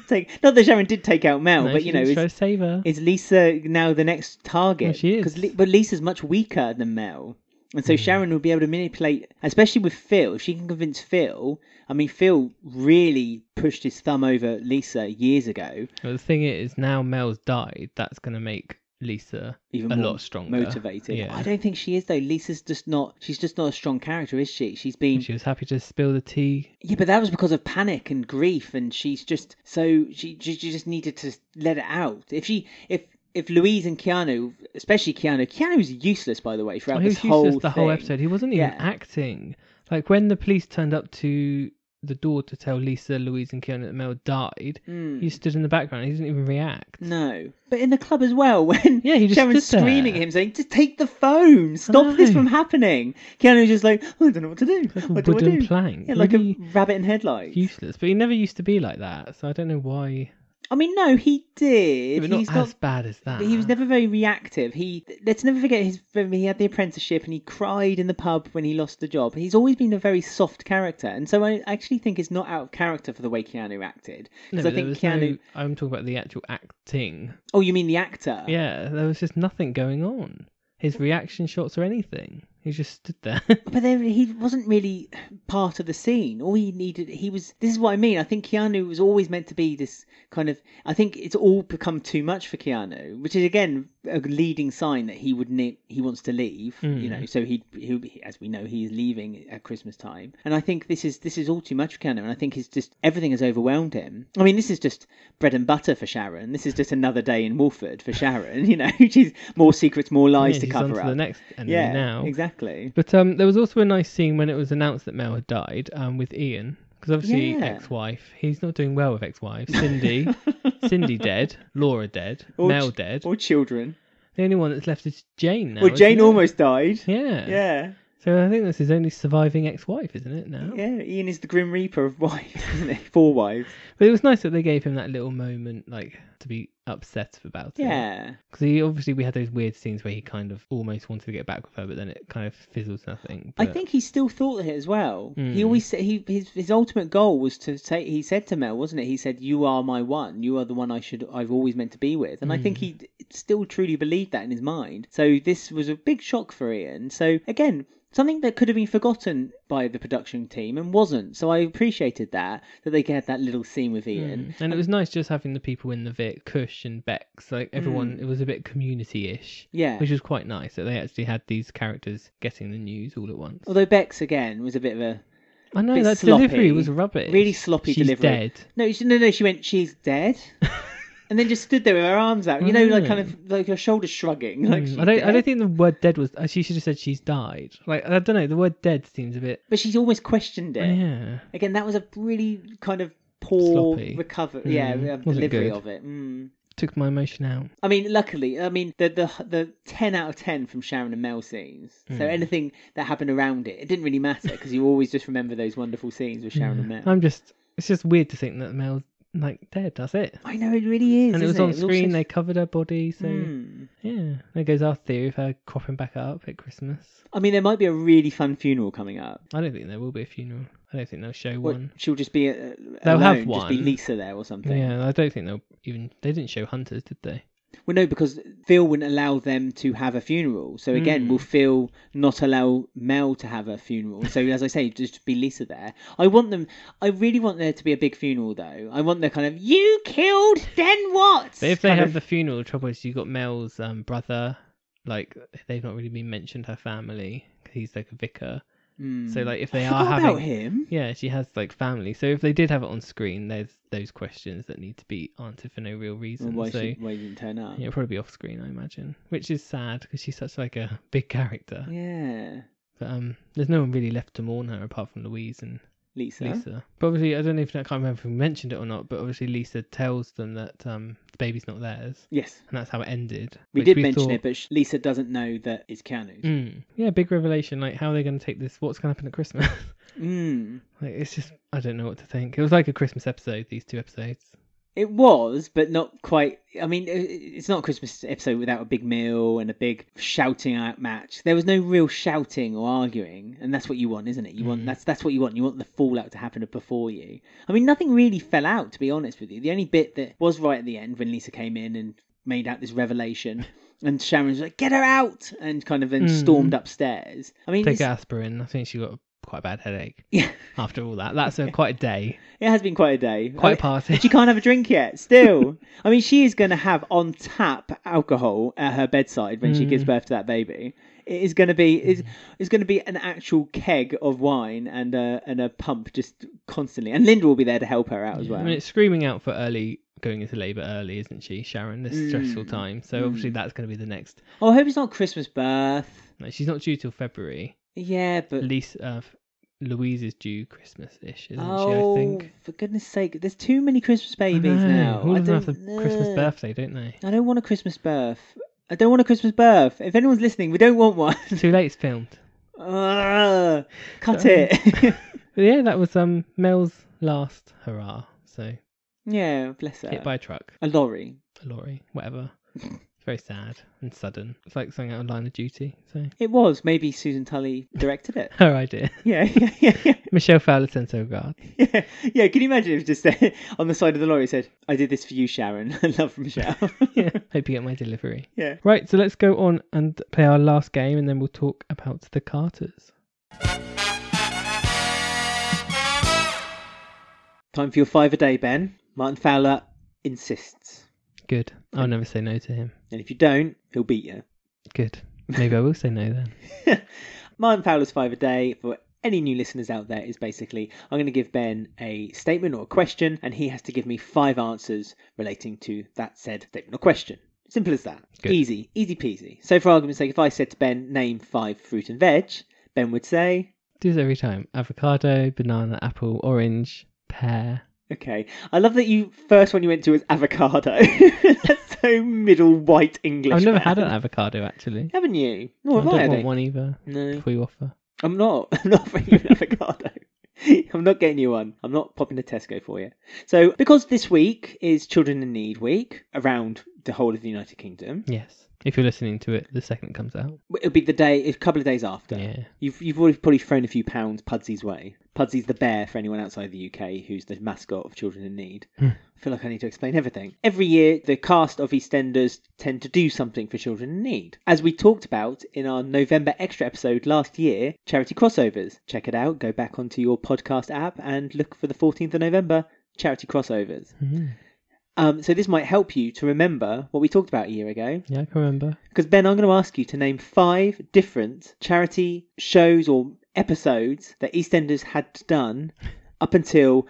take not that Sharon did take out Mel, No, Oh, but she you know, didn't is, try to save her. is Lisa now the next target? Well, she is. Hmm. Because Li- but Lisa's much weaker than Mel, and so Sharon will be able to manipulate, especially with Phil. If she can convince Phil, I mean, Phil really pushed his thumb over Lisa years ago. Well, the thing is, now Mel's died. That's gonna make Lisa Even a more lot stronger. motivated. Yeah. I don't think she is though. Lisa's just not. She's just not a strong character, is she? She's been. She was happy to spill the tea Yeah, but that was because of panic and grief, and she's just so she she, she just needed to let it out. If she if if Louise and Keanu, especially Keanu, Keanu's useless by the way throughout Well, Oh, he this was whole useless the whole thing. episode. He wasn't even Yeah. acting. Like when the police turned up to the door to tell Lisa, Louise, and Keanu that Mel died, Mm. he stood in the background. He didn't even react. No, but in the club as well, [laughs] when Yeah, he just Sharon's stood there. screaming at him, saying, "Just take the phone, stop this know. from happening." Keanu's just like, "Oh, "I don't know what to do. Like a what do I wooden do?" plank. Yeah, like a Really rabbit in headlights. useless. But he never used to be like that, so I don't know why. I mean, no, he did. but not He's as not bad as that. But he was never very reactive. He let's never forget his he had the apprenticeship and he cried in the pub when he lost the job. He's always been a very soft character, and so I actually think it's not out of character for the way Keanu acted. No, Because but I there think was Keanu. no- I'm talking about the actual acting. Oh, you mean the actor? Yeah, there was just nothing going on. His reaction shots or anything. He just stood there. But then he wasn't really part of the scene. All he needed, he was. This is what I mean. I think Keanu was always meant to be this kind of. I think it's all become too much for Keanu, which is again a leading sign that he would ne- he wants to leave. Hmm. You know, so he, he as we know he is leaving at Christmas time, and I think this is this is all too much for Keanu, and I think he's just everything has overwhelmed him. I mean, this is just bread and butter for Sharon. This is just another day in Wolford for Sharon. [laughs] You know, she's more secrets, more [laughs] lies Yeah, to he's on cover to up. the next enemy yeah, now. exactly. But um, there was also a nice scene when it was announced that Mel had died um, with Ian. Because obviously, Yeah. ex-wife, he's not doing well with ex-wife. [laughs] Cindy, Cindy dead, Laura dead, Or Mel ch- dead. Or children. The only one that's left is Jane now. Well, isn't Jane it? almost died. Yeah. Yeah. So I think that's his only surviving ex-wife, isn't it now? Yeah. Ian is the Grim Reaper of [laughs] wives, isn't he? Four wives. But it was nice that they gave him that little moment, like to be upset about it. Yeah. Because he obviously we had those weird scenes where he kind of almost wanted to get back with her, but then it kind of fizzled to nothing. I But- think he still thought of it as well. He Mm. always said he his his ultimate goal was to say he said to Mel, wasn't it? He said, "You are my one. You are the one I should I've always meant to be with." And I think he d- still truly believed that in his mind. So this was a big shock for Ian. So again, something that could have been forgotten by the production team and wasn't. So I appreciated that that they had that little scene with Ian. Mm. And it was nice just having the people in the Vic, Kush and Bex, like everyone, it was a bit community ish, Mm. Yeah. which was quite nice that they actually had these characters getting the news all at once. Although Bex again was a bit of a I know bit that sloppy. delivery was rubbish. Really sloppy She's delivery. dead. no, she, no, no. She went, she's [laughs] dead, and then just stood there with her arms out. You know, like kind of like her shoulders shrugging. Like Mm, she's I don't. I dead. don't think the word "dead" was. uh, She should have said she's died. Like I don't know. The word "dead" seems a bit. But she's almost questioned it. Yeah. Again, that was a really kind of poor Sloppy. recovery. Mm, Yeah, uh, wasn't delivery good. of it. Mm. Took my emotion out. I mean, luckily, I mean the the the ten out of ten from Sharon and Mel scenes. Mm. So anything that happened around it, it didn't really matter because you always just remember those wonderful scenes with Sharon and Mel. I'm just. It's just weird to think that Mel's like dead. That's it. I know it really is. And it was isn't on all so screen. They covered her body. So Mm. yeah, there goes our theory of her cropping back up at Christmas. I mean, there might be a really fun funeral coming up. I don't think there will be a funeral. I don't think they'll show What, one. she'll just be. Uh, They'll alone, have Just be one. Lisa there or something. Yeah, I don't think they'll even. They didn't show hunters, did they? Well, no, because Phil wouldn't allow them to have a funeral. So again, Hmm. will Phil not allow Mel to have a funeral? So as I say, just be Lisa there. I want them. I really want there to be a big funeral, though. I want the kind of "you killed, then what?" But if they kind have of- the funeral, the trouble is you've got Mel's um, brother. Like they've not really been mentioned her family 'cause he's like a vicar. Hmm. So like if they I are forgot having, about him. yeah, she has like family. So if they did have it on screen, there's those questions that need to be answered for no real Well, reason. why, so she, why he didn't turn up? yeah, it'll probably be off screen, I imagine, which is sad because she's such like a [laughs] big character. Yeah, But um, there's no one really left to mourn her apart from Louise and Lisa. Lisa. But obviously, I don't know if I can't remember if we mentioned it or not. But obviously, Lisa tells them that um, the baby's not theirs, Yes, and that's how it ended. we which did mention thought- it, but sh- Lisa doesn't know that it's Keanu. Mm. Mm. Yeah, big revelation. Like, how are they going to take this? What's going to happen at Christmas? [laughs] Hmm. like, it's just, I don't know what to think. It was like a Christmas episode, these two episodes. It was, but not quite. I mean, i- i- it's not a Christmas episode without a big meal and a big shouting out match. There was no real shouting or arguing, and that's what you want, isn't it? You want Mm. that's that's what you want. You want the fallout to happen before you. I mean, nothing really fell out, to be honest with you. The only bit that was right at the end when Lisa came in and made out [laughs] this revelation, and Sharon's like, "Get her out!" and kind of then Mm. stormed upstairs. I mean, Take it's- aspirin. I think she got a quite bad headache [laughs] yeah, after all that. That's [laughs] a, quite a day, it has been quite a day. I quite mean, a [laughs] party. she can't have a drink yet still i mean she is going to have on tap alcohol at her bedside when she gives Mm. birth to that baby it is going to be it's, it's going to be an actual keg of wine and a and a pump just constantly and linda will be there to help her out as well I mean, it's screaming out for early going into labour early, isn't she, Sharon? This stressful Mm. time. So obviously, that's going to be the next. oh i hope it's not christmas birth Like, she's not due till February. yeah but Lisa, uh, Louise is due Christmas-ish, isn't oh she? I think. for goodness sake there's too many christmas I babies know. now All I of them don't have the Christmas know. birthday, don't they? [laughs] i don't want a christmas birth i don't want a christmas birth if anyone's listening we don't want one [laughs] Too late. It's filmed. Ugh, cut Sorry. it [laughs] But yeah, that was um Mel's last hurrah. So Yeah, bless her. hit by a truck, a lorry. a lorry, [laughs] whatever. It's very sad and sudden. It's like something out of Line of Duty. So [laughs] It was. Maybe Susan Tully directed it. her idea, [laughs] [laughs] Yeah, yeah, yeah, yeah, Michelle Fowler sent Sogard. yeah. Yeah, can you imagine if just uh, [laughs] on the side of the lorry it said, I did this for you, Sharon. [laughs] I love Michelle. [laughs] Yeah, hope you get my delivery. yeah. Right, so let's go on and play our last game, and then we'll talk about the Carters. Time for your five a day, Ben. Martin Fowler insists. Good. I'll never say no to him. And if you don't, he'll beat you. Good. Maybe I will say no then. Martin Fowler's five a day for any new listeners out there is basically I'm going to give Ben a statement or a question, and he has to give me five answers relating to that said statement or question. Simple as that. Good. Easy, easy peasy. So, for argument's sake, if I said to Ben, name five fruit and veg, Ben would say, Do this every time. Avocado, banana, apple, orange, pear. Okay. I love that you first one you went to was avocado. [laughs] That's so middle white English. I've never man. Oh, had an avocado [laughs] actually. Haven't you? Nor I have I, I don't want don't. one either. No. Before you offer. I'm not. [laughs] I'm not bringing you an avocado. [laughs] I'm not getting you one. I'm not popping to Tesco for you. So, because this week is Children in Need Week around the whole of the United Kingdom, Yes. If you're listening to it the second it comes out. it'll be the day, a couple of days after. Yeah. You've you've already probably thrown a few pounds Pudsy's way. Pudsy's the bear for anyone outside the UK who's the mascot of Children in Need. Hmm. I feel like I need to explain everything. Every year, the cast of EastEnders tend to do something for Children in Need. As we talked about in our November extra episode last year, charity crossovers. Check it out. Go back onto your podcast app and look for the 14th of November charity crossovers. Mm. Um, so this might help you to remember what we talked about a year ago. Yeah, I can remember. Because Ben, I'm going to ask you to name five different charity shows or episodes that EastEnders had done up until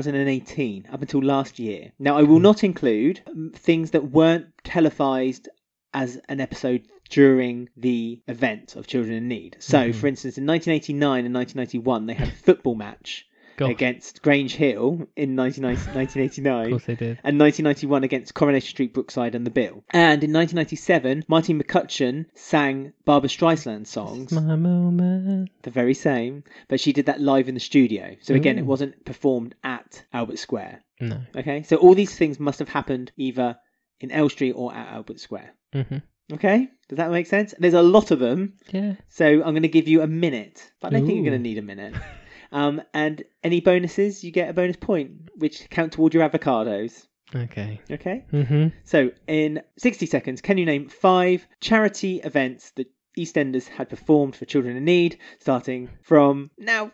2018, up until last year. Now, I will not include um, things that weren't televised as an episode during the event of Children in Need. So, Mhm. for instance, in 1989 and 1991, they had a football match God, against Grange Hill in 1990 of 1989 course they did. and 1991 against Coronation Street, Brookside, and The Bill. And in 1997, Martin McCutcheon sang Barbara Streisand It's songs, my moment. the very same, but she did that live in the studio. So again, it Ooh. wasn't performed at Albert Square. No. Okay, so all these things must have happened either in Elstree or at Albert Square. hmm Okay, does that make sense? There's a lot of them, Yeah. so I'm going to give you a minute. But I don't think you're Ooh. going to need a minute. Um, and any bonuses, you get a bonus point, which count toward your avocados. Okay. Okay. Mm-hmm. So, in 60 seconds, can you name five charity events that EastEnders had performed for children in need, starting from now?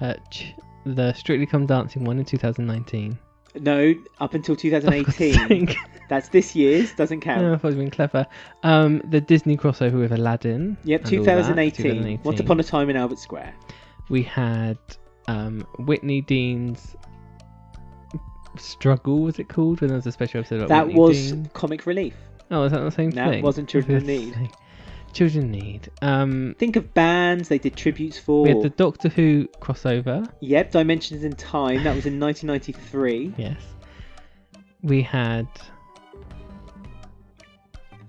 Uh, ch- the Strictly Come Dancing one in [laughs] 2019. No, up [laughs] until Oh, for 2018. God's sake. That's this year's, doesn't count. [laughs] Oh, I thought it was being clever. Um, the Disney crossover with Aladdin. Yep, and all that, 2018. 2018. Once upon a time in Albert Square. we had um, Whitney Dean's struggle. Was it called when there was a special episode about that Whitney was Dean? comic relief. Oh, is that the same No, thing? it wasn't Children in Goodness Need. sake. Children need. Um, Think of bands they did tributes for. we had the Doctor Who crossover. Yep, Dimensions in Time. That was in 1993. Yes. We had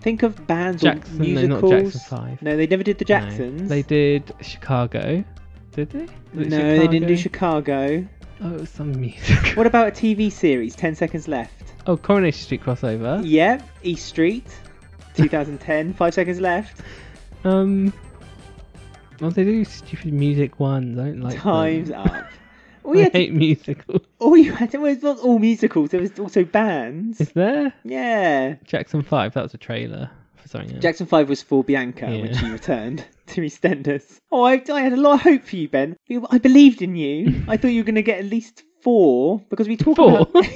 Think of bands Jackson. or No, musicals. not Jackson Five. No, they never did the No. Jacksons. They did Chicago. Did they? No, Was it they didn't do Chicago. Chicago. Oh, it was some music. What about a TV series? 10 seconds left. Oh, Coronation Street crossover. Yep, East Street. [laughs] 2010. Five seconds left. Um. Well, they do stupid music ones. I don't like um, them. [laughs] Time's up. All you, I had to, hate musicals. all you had to. Well, it's not all musicals, there was also bands. Is there Yeah. Jackson Five? That was a trailer for something else. Jackson 5 was for Bianca when Yeah. she returned [laughs] to EastEnders. Oh, I, I had a lot of hope for you, Ben. You- I believed in you. I thought you were going to get at least four because we talked Four? about.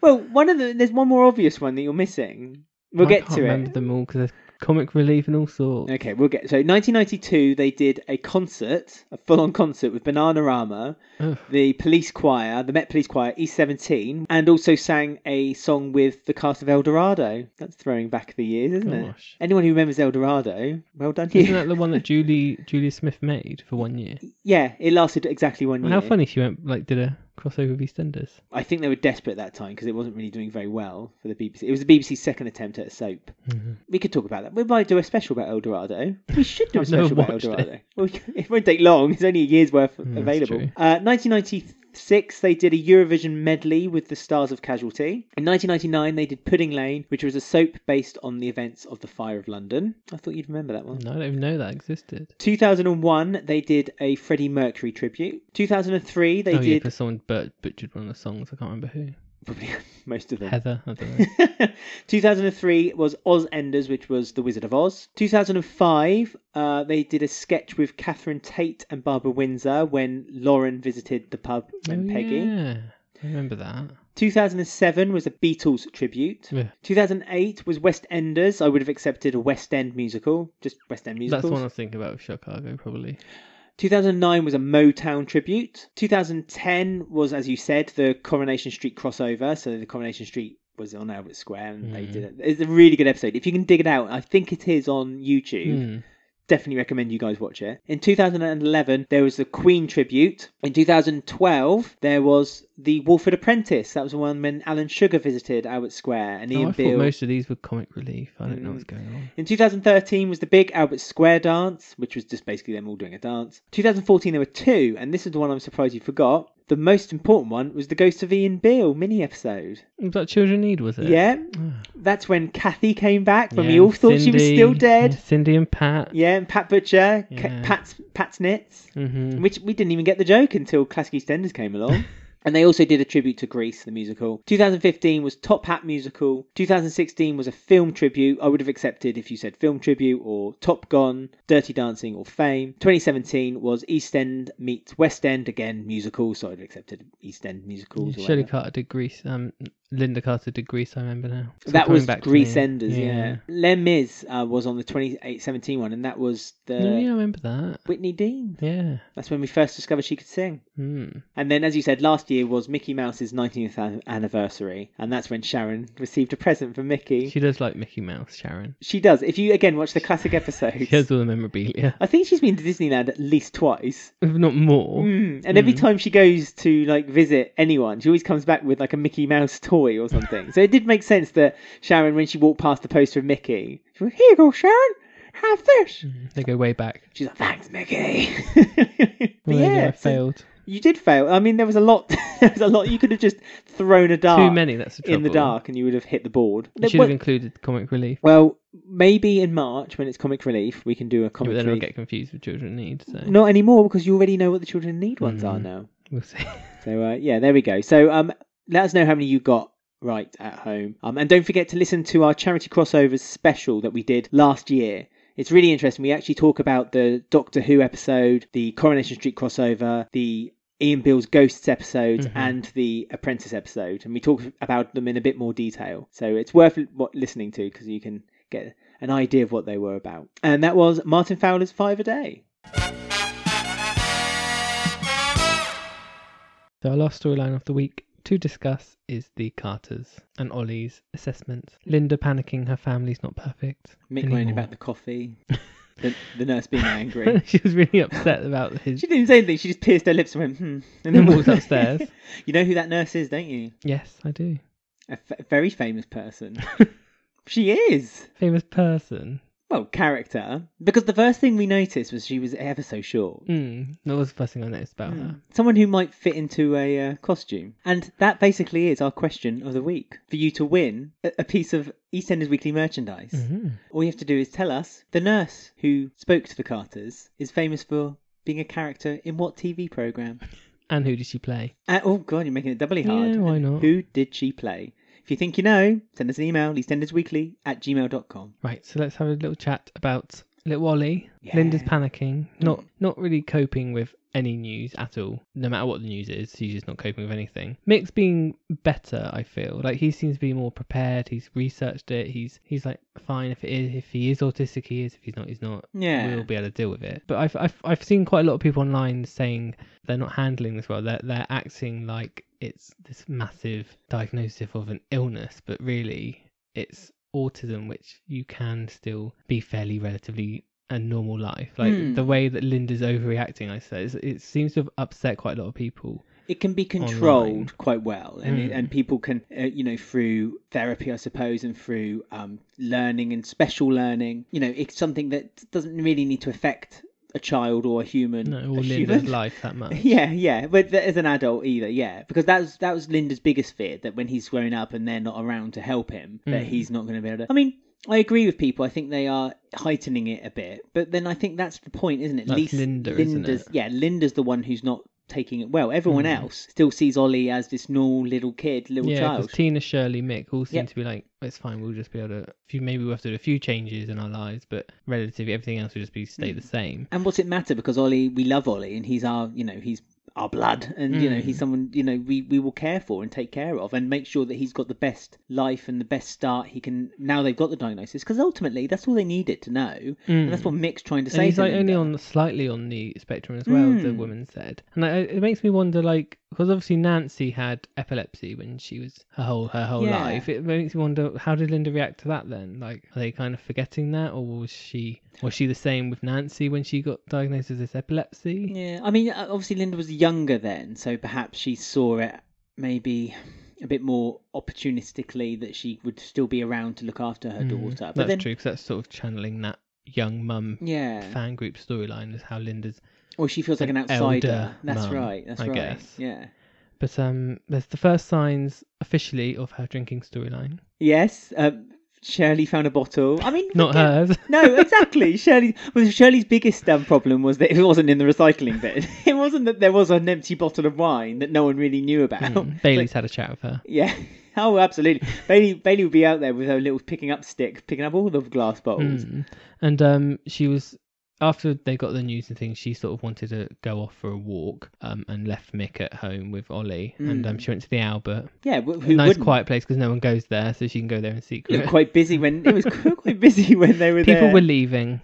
well, one of the there's one more obvious one that you're missing. [laughs] We'll I get can't to remember it. Oh, them all because there's comic relief and all sorts. Okay, we'll get. So 1992, they did a concert, a full-on concert with Bananarama, Ugh. the police choir, the Met Police Choir, E17, and also sang a song with the cast of El Dorado. That's throwing back the years, isn't it? Gosh. Anyone who remembers El Dorado, well done Isn't you. that the one that Julie Julia Smith made for one year? [laughs] yeah, it lasted exactly one year. How funny she went like did a crossover with EastEnders. I think they were desperate that time because it wasn't really doing very well for the BBC. It was the BBC's second attempt at a soap. Mhm. We could talk about that. We might do a special about El Dorado. We should do [laughs] a I've never special about El watched it. Mm, Dorado. Well, [laughs] it won't take long. It's only a year's worth that's available. true. Uh, 1996, they did a Eurovision medley with the stars of Casualty. In 1999, they did Pudding Lane, which was a soap based on the events of the Fire of London. I thought you'd remember that one. No, I don't even know that existed. 2001, they did a Freddie Mercury tribute. 2003, they oh yeah, did because someone but- butchered one of the songs. I can't remember who. [laughs] probably most of them. Heather. [laughs] I don't know. 2003 was Oz Enders, which was The Wizard of Oz. 2005, uh, they did a sketch with Catherine Tate and Barbara Windsor when Lauren visited the pub and Oh, Peggy. Yeah, I remember that. 2007 was a Beatles tribute. Yeah. 2008 was West Enders. I would have accepted a West End musical, just West End musicals. That's the one I was thinking about with Chicago probably. 2009 was a Motown tribute. 2010 was, as you said, the Coronation Street crossover. So the Coronation Street was on Albert Square, and they Mm. did it. It's a really good episode. If you can dig it out, I think it is on YouTube. Hmm. Definitely recommend you guys watch it. In 2011, there was the Queen tribute. In 2012, there was the Wolford Apprentice. That was the one when Alan Sugar visited Albert Square, and Oh, Ian I Beale. thought most of these were comic relief. I don't know Mm. what's going on. In 2013 was the big Albert Square dance, which was just basically them all doing a dance. 2014 there were two, and this is the one I'm surprised you forgot. The most important one was the Ghost of Ian Beale mini episode. Was that Children Need, was it? Yeah, [sighs] Ah. that's when Kathy came back when we Yeah, all thought she was Cindy- still dead. yeah, Cindy and Pat. Yeah, and Pat Butcher, Ca Yeah. Pat's Pat's Knits, Mm-hmm. which we didn't even get the joke until Classic EastEnders [laughs] came along. And they also did a tribute to Grease, the musical. 2015 was Top Hat musical. 2016 was a film tribute. I would have accepted if you said film tribute or Top Gun, Dirty Dancing, or Fame. 2017 was East End meets West End again musical, so I'd have accepted East End musicals. or Shirley whatever. Carter did Grease. Um, Linda Carter did Grease. I remember now. It's all That coming was back to Grease me. Enders, yeah. Les Mis uh, was on the 2017 one, and that was the No, Oh, yeah, I remember that. Whitney Dean. Yeah. That's when we first discovered she could sing. Mm. And then, as you said, last year was Mickey Mouse's 19th an- anniversary, and that's when Sharon received a present from Mickey. She, She does like Mickey Mouse, Sharon. does. If you again watch the classic episodes, She has all the memorabilia, [laughs] I think she's been to Disneyland at least twice. if not more. Mm. And every Mm. time she goes to like visit anyone, she always comes back with like a Mickey Mouse toy or something. so it did make sense that Sharon, when she walked past the poster of Mickey, she went, "Here you go, Sharon, have this." Mm, They go way back. She's like, "Thanks, Mickey." [laughs] but Well, there you go, I yeah, so failed. you did fail. I mean, there was a lot. [laughs] there was a lot. You could have just thrown a dart. Too many. That's the trouble. in the dark and you would have hit the board. You should well, have included comic relief. well, maybe in March when it's comic relief, we can do a Yeah, comic but then I'll relief. get confused with Children Need. So Not anymore because you already know what the children need ones are Mm. now. we'll see. So uh, yeah, there we go. So um, let us know how many you got right at home. Um, and don't forget to listen to our charity crossovers special that we did last year. It's really interesting. We actually talk about the Doctor Who episode, the Coronation Street crossover, the Ian Bill's Ghosts episode, Mhm. and the Apprentice episode. And we talk about them in a bit more detail. So it's worth li- what- listening to because you can get an idea of what they were about. And that was Martin Fowler's Five a Day. So, our last storyline of the week to discuss is the Carters and Ollie's assessments. Linda panicking her family's not perfect. Mick anymore. moaning about the coffee, the, the nurse being [laughs] angry. she was really upset about his. She didn't say anything. She just pierced her lips and went, hmm. [laughs] And and [laughs] walked upstairs. you know who that nurse is, don't you? Yes, I do. A f- very famous person. [laughs] she is. Famous person. Well, character. Because the first thing we noticed was she was ever so short. Mm, that was the first thing I noticed about Hmm. her. Someone who might fit into a uh, costume. And that basically is our question of the week. For you to win a, a piece of EastEnders Weekly merchandise, Mhm. all you have to do is tell us the nurse who spoke to the Carters is famous for being a character in what TV programme? And who did she play? Uh, oh, God, you're making it doubly Yeah, hard. why And not? Who did she play? If you think you know, send us an email, eastendersweekly at gmail.com. Right, so let's have a little chat about little Ollie. Yeah. Linda's panicking, not not really coping with any news at all. No matter what the news is, she's just not coping with anything. Mick's being better, I feel. Like he seems to be more prepared. He's researched it. He's he's like fine if it is if he is autistic, he is. If he's not, he's not. Yeah. we'll be able to deal with it. But I've, I've I've seen quite a lot of people online saying they're not handling this well. They're they're acting like it's this massive diagnosis of an illness, but really it's autism, which you can still be fairly relatively a normal life. Like Hmm. the way that Linda's overreacting, I say, is- it seems to have upset quite a lot of people. it can be controlled Online. quite well and, it- Mm. and people can uh, you know through therapy i suppose and through um, learning and special learning you know it's something that doesn't really need to affect a child or a human No, a all Linda's human. life that much. yeah yeah but th- as an adult either yeah because that was that was linda's biggest fear that when he's grown up and they're not around to help him that Mm. he's not going to be able to i mean I agree with people. I think they are heightening it a bit, but then I think that's the point, isn't it? That's Linda, isn't Linda's- it? yeah, Linda's the one who's not taking it well. Everyone Mm. else still sees Ollie as this normal little kid, little Yeah, child. because Tina, Shirley, Mick all seem Yep. to be like, it's fine. We'll just be able to. Few, maybe we'll have to do a few changes in our lives, but relatively everything else will just be stay Mm. the same. and what's it matter? Because Ollie, we love Ollie, and he's our, you know, he's our blood, and you know, Mm. he's someone you know we we will care for and take care of, and make sure that he's got the best life and the best start he can. Now they've got the diagnosis, because ultimately that's all they needed to know, and that's what Mick's trying to say. Mm. And he's to like only Linda. on slightly on the spectrum as well. The Mm. woman said, and I, it makes me wonder, like, because obviously Nancy had epilepsy when she was her whole her whole Yeah. life. It makes me wonder, how did Linda react to that then? Like, are they kind of forgetting that, or was she was she the same with Nancy when she got diagnosed with this epilepsy? Yeah, I mean, uh, obviously Linda was younger then, so perhaps she saw it maybe a bit more opportunistically that she would still be around to look after her Mm, daughter. But that's then, true because that's sort of channeling that young mum yeah, fan group storyline is how Linda's. or she feels like an an outsider. elder That's mum, right. That's I right. guess. Yeah. But um, there's the first signs officially of her drinking storyline. Yes. Um, Shirley found a bottle. I mean, Not forget- hers. No, [laughs] exactly. Shirley well, Shirley's biggest um, problem was that it wasn't in the recycling bin. [laughs] It wasn't that there was an empty bottle of wine that no one really [laughs] knew about. Mm, Bailey's had a chat with her. Yeah. [laughs] Oh, absolutely. Bailey Bailey would be out there with her little picking up stick, picking up all the glass bottles. Mm. And um, she was after they got the news and things. She sort of wanted to go off for a walk, um, and left Mick at home with Ollie. And um, Mm. she went to the Albert, Yeah, wh- a who nice wouldn't? quiet place because no one goes there, so she can go there in It secret. was quite busy when it was [laughs] quite busy when they were People there. were [laughs] leaving,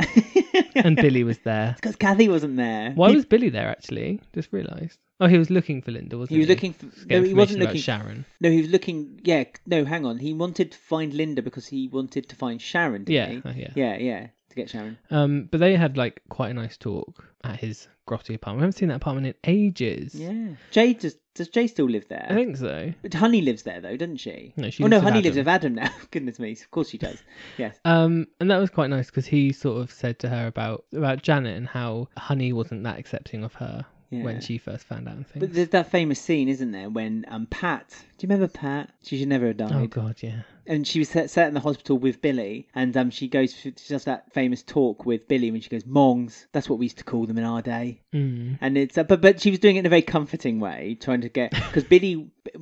and Billy was there. because Kathy wasn't there. Why he, was Billy there actually? Just realised. Oh, he was looking for Linda, wasn't he? he was looking? For, To get no, he information wasn't about looking. Sharon. No, he was looking. Yeah, no, hang on. He wanted to find Linda because he wanted to find Sharon. Yeah, Didn't uh, yeah. He? Yeah, yeah, to get Sharon. Um, but they had like quite a nice talk at his grotty apartment. We haven't seen that apartment in ages. Yeah. Jay does. Does Jay still live there? I think so. But Honey lives there though, doesn't she? No, she oh no, lives with Honey Adam. lives with Adam now. [laughs] Goodness me, of course [laughs] she does. Yes. Um, and that was quite nice because he sort of said to her about about Janet and how Honey wasn't that accepting of her Yeah. when she first found out and But things. there's that famous scene, isn't there, when um, Pat, do you remember Pat? She should never have died. Oh god, yeah. and she was set, set in the hospital with Billy, and um, she goes she does that famous talk with Billy when she goes Mongs. That's what we used to call them in our day. Mm. And it's uh, but but she was doing it in a very comforting way, trying to get because Billy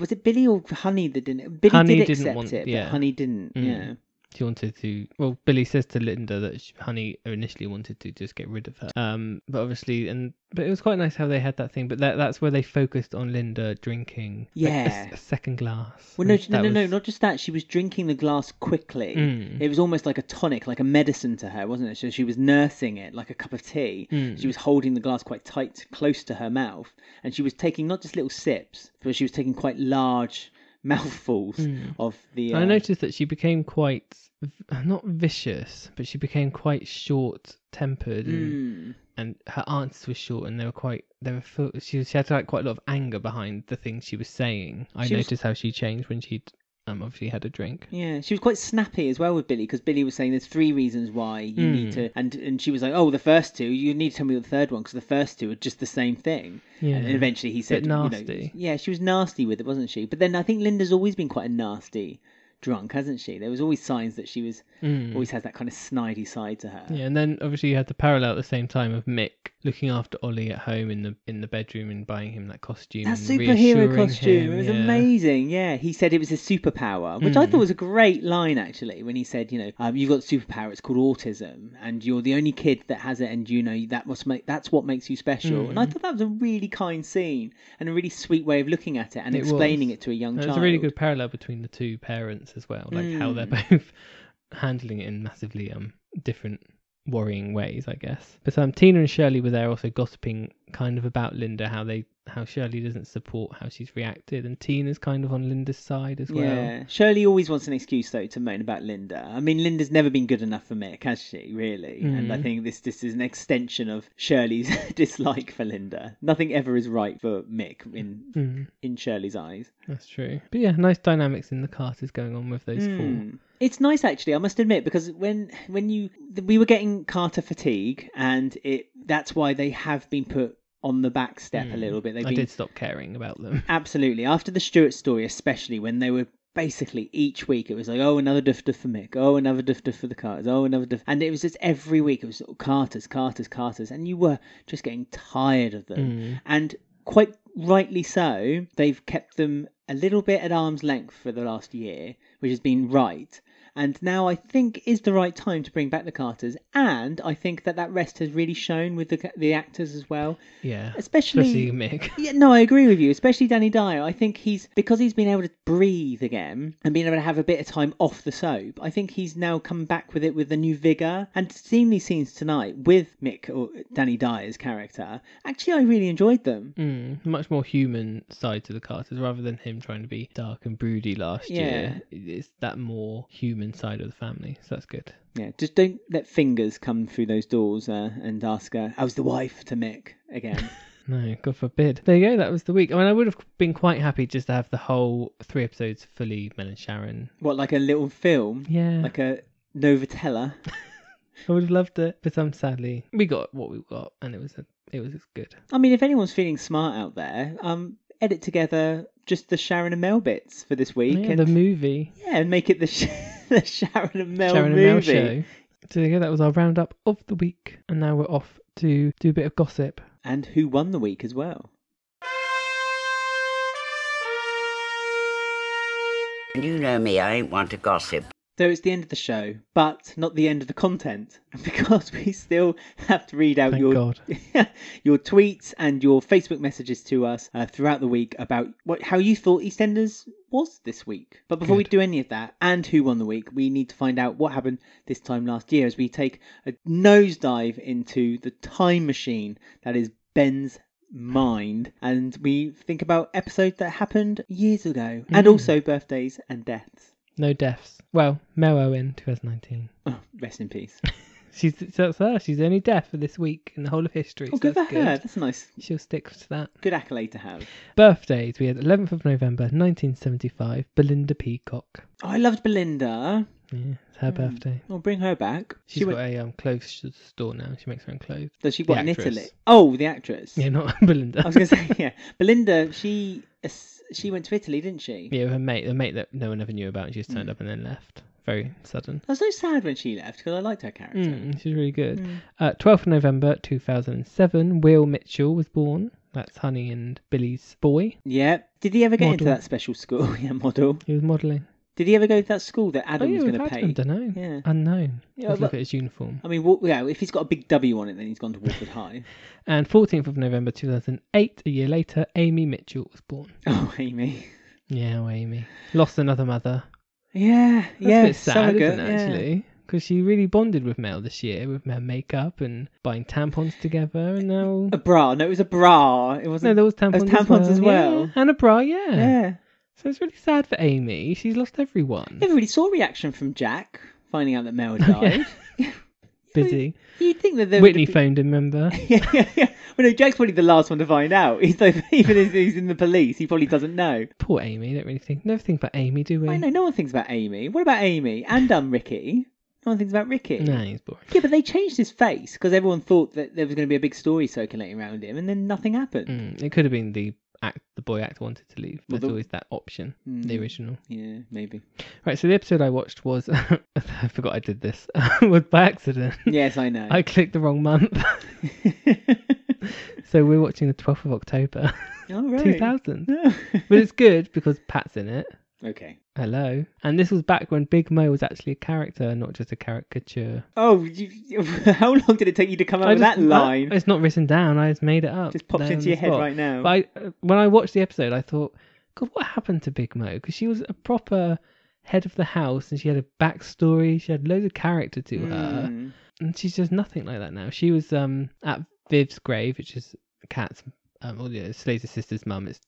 was it Billy or Honey that didn't Billy Honey did didn't accept want- it, yeah. Mm. but Honey didn't. Yeah, She wanted to. Well, Billy says to Linda that sh Honey initially wanted to just get rid of her. Um, but obviously, and but it was quite nice how they had that thing. But that that's where they focused on Linda drinking. like, a s- Yeah. a, second glass. well no and she- no Mm, that no, no was- not just that she was drinking the glass quickly. Mm. It was almost like a tonic, like a medicine to her, wasn't it? So she was nursing it like a cup of tea. Mm. She was holding the glass quite tight, close to her mouth, and she was taking not just little sips, but she was taking quite large [laughs] mouthfuls Mm. of the. And Uh, I noticed that she became quite v- not vicious, but she became quite short tempered, and, Mm, and her answers were short, and they were quite. They were full, she she had like quite a lot of anger behind the things she was saying. I She was- noticed how she changed when she'd um obviously had a drink. yeah, she was quite snappy as well with Billy because Billy was saying there's three reasons why you need Mm. to, and and she was like, oh, the first two, you need to tell me the third one because the first two are just the same thing. Yeah. And eventually he said, you know, nasty. yeah, she was nasty with it, wasn't she? But then I think Linda's always been quite a nasty drunk, hasn't she? There was always signs that she was Mm. always has that kind of snidey side to her. Yeah, and then obviously you had the parallel at the same time of Mick looking after Ollie at home in the in the bedroom and buying him that costume. That and superhero reassuring costume. him, it was yeah. amazing. Yeah, he said it was his superpower, which I Mm. thought was a great line actually. When he said, you know, um, you've got superpower. It's called autism, and you're the only kid that has it, and you know that must make that's what makes you special. And I Mm. thought that was a really kind scene and a really sweet way of looking at it and It explaining was. it to a young And child. It's a really good parallel between the two parents as well, like how they're Mm. both [laughs] handling it in massively um different worrying ways, I guess. But um, Tina and Shirley were there also gossiping kind of about Linda, how they how Shirley doesn't support how she's reacted, and Tina's kind of on Linda's side as well. Yeah, Shirley always wants an excuse though to moan about Linda. I mean, Linda's never been good enough for Mick, has she? Really? And I Mhm. think this this is an extension of Shirley's [laughs] dislike for Linda. Nothing ever is right for Mick in Mm, in Shirley's eyes. that's true. But yeah, nice dynamics in the cast is going on with those four. Mm. It's nice actually, I must admit, because when when you we were getting Carter fatigue, and it that's why they have been put on the back step a Mm. little bit. They've I been did stop caring about [laughs] them. Absolutely. After the Stewart story, especially when they were basically each week, it was like, oh, another dufter for Mick, oh, another dufter for the Carters, oh, another dufter. And it was just every week, it was Carters, Carters, Carters. And you were just getting tired of them. Mm. And quite rightly so, they've kept them a little bit at arm's length for the last year, which has been right. And now I think is the right time to bring back the Carters, and I think that that rest has really shown with the the actors as well, Yeah. especially Especially Mick. yeah, no, I agree with you, especially Danny Dyer. I think he's because he's been able to breathe again and been able to have a bit of time off the soap. I think he's now come back with it with a new vigor. And seeing these scenes tonight with Mick or Danny Dyer's character, actually, I really enjoyed them. Mm, much more human side to the Carters rather than him trying to be dark and broody last year. It's that more human side of the family, so that's good. Yeah, just don't let fingers come through those doors uh, and ask her, "How's the wife?" to Mick [laughs] again. No, God forbid. There you go, that was the week. I mean, I would have been quite happy just to have the whole three episodes fully Mel and Sharon. what, like a little film, Yeah, like a Novatella? I would have loved it, but um, sadly, we got what we got, and it was a, it was good. I mean, if anyone's feeling smart out there, um, edit together just the Sharon and Mel bits for this week, Yeah, and the movie, yeah, and make it the, sh- [laughs] the Sharon and Mel Sharon movie. and Mel show. So there you go, that was our roundup of the week, and now we're off to do a bit of gossip. And who won the week as well? You know me, I ain't one to gossip. So it's the end of the show, but not the end of the content, [laughs] because we still have to read out Thank your God. [laughs] your tweets and your Facebook messages to us uh, throughout the week about what how you thought EastEnders was this week. But before we Good. do any of that and who won the week, we need to find out what happened this time last year as we take a nosedive into the time machine that is Ben's mind and we think about episodes that happened years ago and Mm. also birthdays and deaths. No deaths. Well, Mel Owen, 2019. Oh, rest [laughs] in peace. She's that's her. She's the only death for this week in the whole of history. Oh, so good for that's good. her. That's a nice, She'll stick to that. good accolade to have. Birthdays. We had 11th of November 1975. Belinda Peacock. Oh, I loved Belinda. Yeah, it's her birthday. Well, bring her back. She's she got went. a um, clothes sh- store now. She makes her own clothes. [laughs] Does she the what in actress. Italy? Oh, the actress. Yeah, not [laughs] Belinda. I was gonna say yeah. Belinda, she she went to Italy, didn't she? Yeah, with her mate, the mate that no one ever knew about, and she just Hmm. turned up and then left. Very sudden. I was so sad when she left because I liked her character. Mm, she's really good. Hmm. Uh, 12th of November 2007, Will Mitchell was born. That's Honey and Billy's boy. Yeah. Did he ever get into Model. that special school? [laughs] yeah, model. He was modelling. Did he ever go to that school that Oh, Adam yeah, was we've going to had pay? him, dunno. Yeah. Unknown. Yeah, Let's look but- at his uniform. I mean, what, yeah, if he's got a big W on it, then he's gone to [laughs] Walford High. And 14th of November 2008, a year later, Amy Mitchell was born. Oh, Amy. Yeah, oh, Amy. Lost another mother. Yeah, That's yeah. a bit sad, surrogate, isn't it, yeah. actually? Because she really bonded with Mel this year with her makeup and buying tampons together, and now [laughs] A bra. No, it was a bra. It no, wasn't. there was tampons, tampons as well. yeah, and a bra, yeah. yeah. So it's really sad for Amy. She's lost everyone. [laughs] Never really saw reaction from Jack finding out that Mel had died. Busy. You'd think that there Whitney would be... phoned him, remember? yeah, yeah, yeah. Well, no, Jack's probably the last one to find out. He's like, [laughs] even if he's in the police, he probably doesn't know. Poor Amy. Don't really think. Never think about Amy, do we? I know. No one thinks about Amy. What about Amy and um Ricky? No one thinks about Ricky. Nah, he's boring. Yeah, but they changed his face because everyone thought that there was going to be a big story circulating around him, and then nothing happened. Mm, it could have been the act. The boy actor wanted to leave. There's Well, the- always that option. The Mm. original. Yeah, [laughs] maybe. Right. So the episode I watched was. [laughs] I forgot I did this. [laughs] was by accident. Yes, I know. [laughs] I clicked the wrong month. [laughs] so we're watching the 12th of October, [laughs] [laughs] All right. 2000. No. But it's good because Pat's in it. [laughs] okay. Hello. And this was back when Big Mo was actually a character, not just a caricature. Oh, you, [laughs] how long did it take you to come up I with just- that line? I- it's not written down. I just made it up. Just pops there into on the your head spot. right now. But I, uh, when I watched the episode, I thought, God, what happened to Big Mo? Because she was a proper head of the house and she had a backstory. She had loads of character to her. Mm. and she's just nothing like that now. She was um at Viv's grave, which is Kat's um or yeah, Slater's sister's mum. It's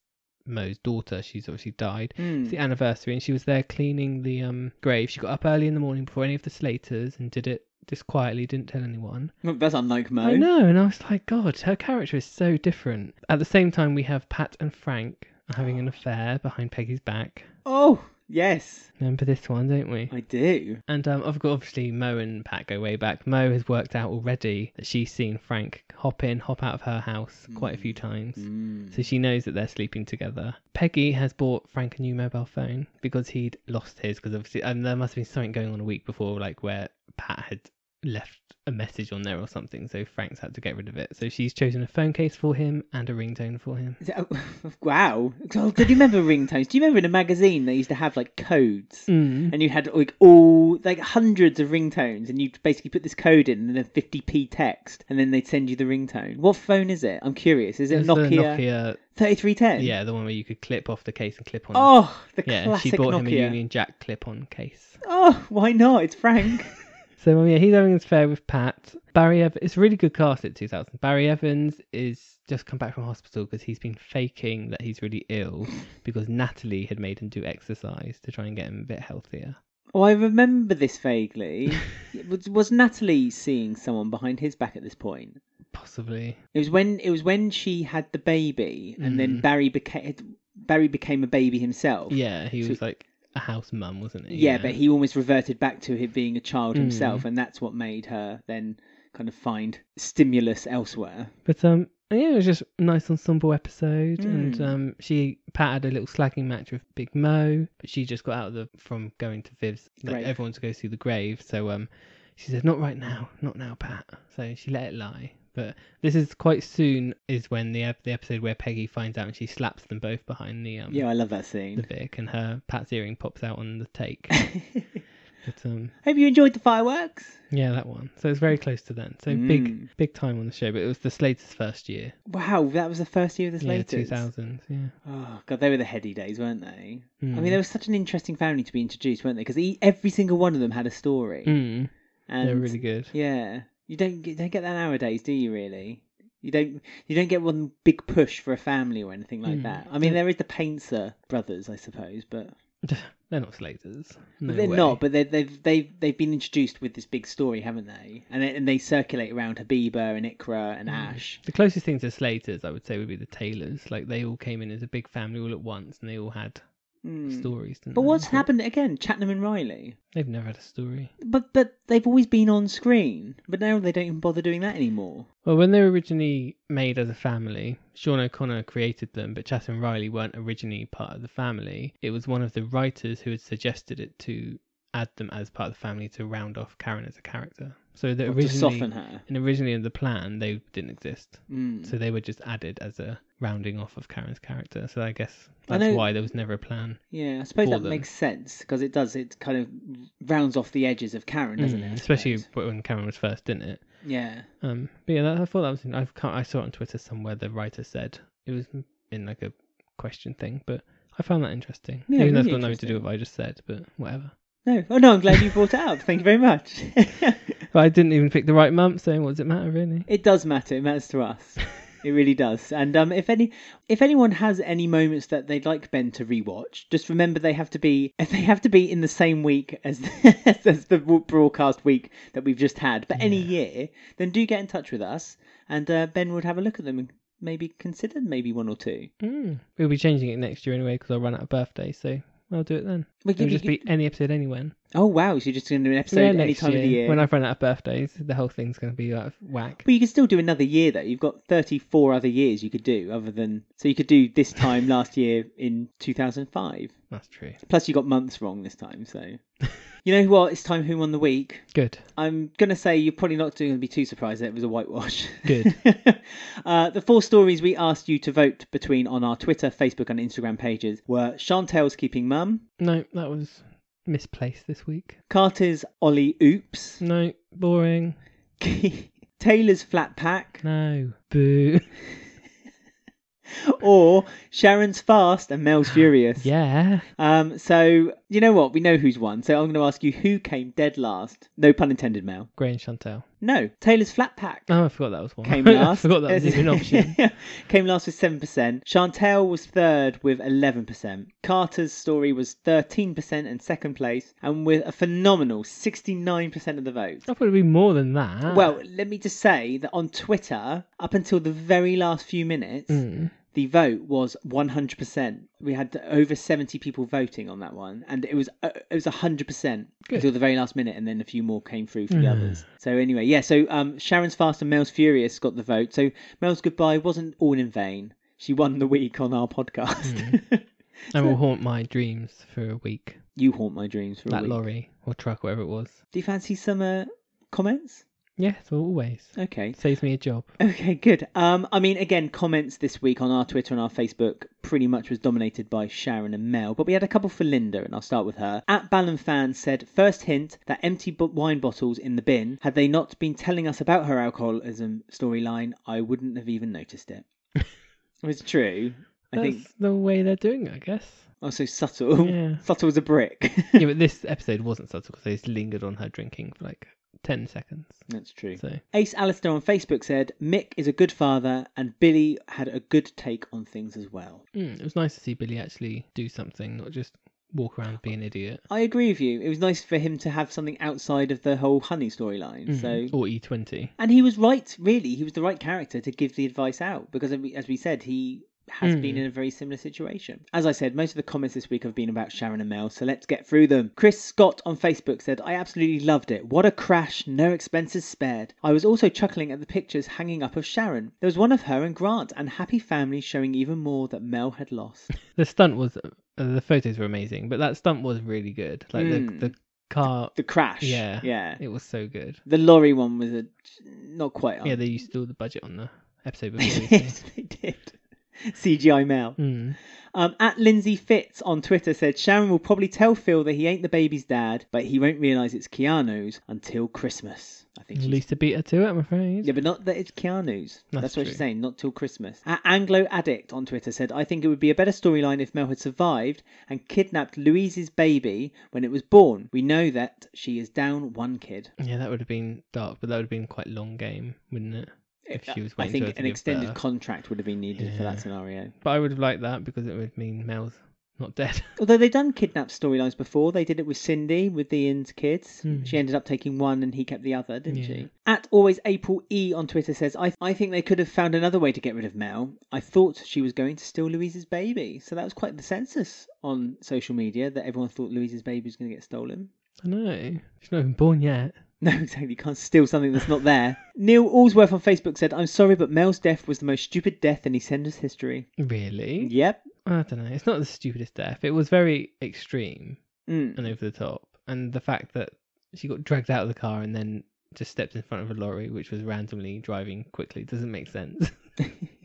Mo's daughter. She's obviously died. Mm. It's the anniversary, and she was there cleaning the um grave. She got up early in the morning before any of the Slaters and did it just quietly, didn't tell anyone. Well, That's unlike Mo. I know, and I was like, God, her character is so different. At the same time, we have Pat and Frank having an affair behind Peggy's back. Oh, yes, Remember this one, don't we? I do. And um, I've got obviously Mo and Pat go way back. Mo has worked out already that she's seen Frank hop in, hop out of her house quite a few times. Mm. So she knows that they're sleeping together. Peggy has bought Frank a new mobile phone because he'd lost his. Because obviously, and there must have been something going on a week before, like where Pat had left a message on there or something. So Frank's had to get rid of it. So she's chosen a phone case for him and a ringtone for him. Is that- [laughs] wow. Oh, do you remember ringtones? Do you remember in a magazine they used to have like codes? Mm. and you had like all like hundreds of ringtones and you'd basically put this code in and then 50p text and then they'd send you the ringtone what phone is it i'm curious is it It's the nokia Nokia, 3310 yeah, the one where you could clip off the case and clip on. oh the yeah, and she classic bought him a nokia Union Jack clip-on case. oh why not [laughs] it's frank So um, yeah, he's having his affair with Pat. Barry Evans. It's a really good cast at 2000. Barry Evans is just come back from hospital because he's been faking that he's really ill because Natalie had made him do exercise to try and get him a bit healthier. oh i remember [laughs] this vaguely was, was natalie seeing someone behind his back at this point Possibly. it was when it was when she had the baby and then Mm. barry became barry became a baby himself Yeah, he So- was like a house mum, wasn't he? Yeah, but he almost reverted back to it being a Mm. child himself, and that's what made her then kind of find stimulus elsewhere. But um, yeah, it was just a nice ensemble episode, and Mm. um, she Pat had a little slagging match with Big Mo, but she just got out of the from going to Viv's. Like Grave. everyone to go see the grave, so um, she said, "Not right now, not now, Pat." So she let it lie. But this is quite soon is when the ep- the episode where Peggy finds out and she slaps them both behind the um Yeah, I love that the scene. Vic, and her Pat's earring pops out on the take. but um, [laughs] Hope you enjoyed the fireworks. yeah, that one. So it's very close to then. So Mm. big big time on the show, but it was the Slater's first year. Wow, that was the first year of this Yeah, latest. two thousand. Yeah. Oh god, they were the heady days, weren't they? I Mm. mean, they were such an interesting family to be introduced, weren't they? Because every single one of them had a story, Mm, and they're really good. yeah, you don't get, don't get that nowadays, do you? Really. You don't you don't get one big push for a family or anything like Mm. that. I mean, there is the Painter brothers, I suppose, but They're not Slaters. No But they're way. not, but they they've they've they've been introduced with this big story, haven't they? And they, and they circulate around Habiba and Ikra Hmm. and Ash. The closest thing to Slaters, I would say, would be the Taylors. Like they all came in as a big family all at once, and they all had Hmm. stories. Didn't But they? what's happened again? Chatnam and Riley. They've never had a story. But but they've always been on screen. But now they don't even bother doing that anymore. Well, when they were originally made as a family, Sean O'Connor created them, but Chat and Riley weren't originally part of the family. It was one of the writers who had suggested it to add them as part of the family to round off Karen as a character. So that Or originally, to soften her. and originally in the plan, they didn't exist. Hmm. So they were just added as a rounding off of Karen's character. So I guess I that's know- why there was never a plan. Yeah, I suppose for that them. makes sense because it does. It kind of rounds off the edges of Karen, doesn't Mm, it? I Especially suppose? when Karen was first, didn't it? Yeah. Um, but yeah, that, I thought that was. I've can't, I saw it on Twitter somewhere. The writer said it was in like a question thing, but I found that interesting. Yeah, Even though it's really got nothing to do interesting. with what I just said, but whatever. No. Oh no, I'm glad you brought it up. Thank you very much. [laughs] But I didn't even pick the right month, so what does it matter really? It does matter. It matters to [laughs] us. It really does. And um, if any, if anyone has any moments that they'd like Ben to rewatch, just remember they have to be [laughs] they have to be in the same week as [laughs] the, as the broadcast week that we've just had. But any year, then do get in touch with us, and uh, Ben would have a look at them and maybe consider maybe one or two. Mm. We'll be changing it next year anyway because I'll run out of birthdays, so I'll do it then. Well, It'll you- just you- be any episode, any when. Oh wow! So you're just going to do an episode yeah, any next time year, of the year. When I've run out of birthdays, the whole thing's going to be out of whack. But you could still do another year though. You've got 34 other years you could do other than so you could do [laughs] this time last year in 2005. That's true. Plus, you got months wrong this time, so. [laughs] you know what? It's time who won the week. Good. I'm going to say you're probably not going to be too surprised that it was a whitewash. Good. [laughs] uh, the four stories we asked you to vote between on our Twitter, Facebook, and Instagram pages were Chantel's Keeping Mum, No, that was misplaced this week. Carter's Ollie Oops, [laughs] No, boring. Taylor's Flat Pack, No, boo. [laughs] or Sharon's Fast and [gasps] Mel's Furious. Yeah. Um, so, you know what? We know who's won. So, I'm going to ask you who came dead last. No pun intended, Mel. Gray and Chantel. No, Taylor's Flat Pack. Oh, I forgot that was one. [laughs] came I last. forgot that was even an [laughs] option. came last with seven percent. Chantel was third with eleven percent. Carter's story was thirteen percent and second place, and with a phenomenal sixty-nine percent of the vote. I thought it'd be more than that. Well, let me just say that on Twitter, up until the very last few minutes, Mm. the vote was 100%. We had over 70 people voting on that one, and it was uh, it was 100% Good. until the very last minute, and then a few more came through for the others. So anyway, yeah. So um, Sharon's fast and Mel's furious got the vote. So Mel's goodbye wasn't all in vain. She won the week on our podcast. I will haunt my dreams for a week. [laughs] you haunt my dreams for a That week. lorry or truck, whatever it was. Do you fancy some uh, comments? Yes, always. Okay. Saves me a job. Okay, good. Um, I mean, again, comments this week on our Twitter and our Facebook pretty much was dominated by Sharon and Mel, but we had a couple for Linda, and I'll start with her. At Ballon Fan said, first hint that empty bo- wine bottles in the bin, had they not been telling us about her alcoholism storyline, I wouldn't have even [laughs] noticed it. it was true. I That's think the way they're doing it, I guess. also subtle. [laughs] Yeah. Subtle as a brick. [laughs] yeah, but this episode wasn't subtle because they just lingered on her drinking for like 10 seconds. That's true. So, Ace Alistair on Facebook said, Mick is a good father, and Billy had a good take on things as well. mm, it was nice to see Billy actually do something, not just walk around be an idiot. I agree with you. It was nice for him to have something outside of the whole honey storyline. Mhm. So, Or E20. and he was right. Really, he was the right character to give the advice out because, as we- as we said, he has Mm. been in a very similar situation. As I said, most of the comments this week have been about Sharon and Mel. So let's get through them. Chris Scott on Facebook said, "I absolutely loved it. What a crash! No expenses spared. I was also chuckling at the pictures hanging up of Sharon. There was one of her and Grant, and happy family showing even more that Mel had lost. The stunt was, uh, the photos were amazing, but that stunt was really good. Like Mm. the, the car, [laughs] the crash. Yeah. yeah." it was so good. The lorry one was a not quite. On. Yeah, they used all the budget on the [laughs] episode before. didn't yes, they did. CGI Mel. they? mm. Um, at Lindsay Fitz on Twitter said Sharon will probably tell Phil that he ain't the baby's dad, but he won't realise it's Keanu's until Christmas. I think she's Lisa beat her to it, I'm afraid. yeah, but not that it's Keanu's. That's, That's what true. she's saying, not till Christmas. A Anglo Addict on Twitter said, I think it would be a better storyline if Mel had survived and kidnapped Louise's baby when it was born. We know that she is down one kid. Yeah, that would have been dark, but that would have been quite long game, wouldn't it? If she was Uh, I waiting for her think to an give extended birth. contract would have been needed for Yeah. that scenario. But I would have liked that because it would mean Mel's not dead. [laughs] Although they've done kidnap storylines before, they did it with Cindy with the Ian's kids. Hmm. She ended up taking one and he kept the other, didn't Yeah. she? At always April E on Twitter says, I, I think they could have found another way to get rid of Mel. I thought she was going to steal Louise's baby. So that was quite the census on social media that everyone thought Louise's baby was going to get stolen. [laughs] I know. She's not even born yet. No, exactly. You can't steal something that's [laughs] not there. Neil Allsworth on Facebook said, I'm sorry, but Mel's death was the most stupid death in EastEnders history. Really? Yep. I don't know. It's not the stupidest death. It was very extreme Mm. [laughs] and over the top. And the fact that she got dragged out of the car and then just stepped in front of a lorry, which was randomly driving quickly, doesn't make sense. [laughs]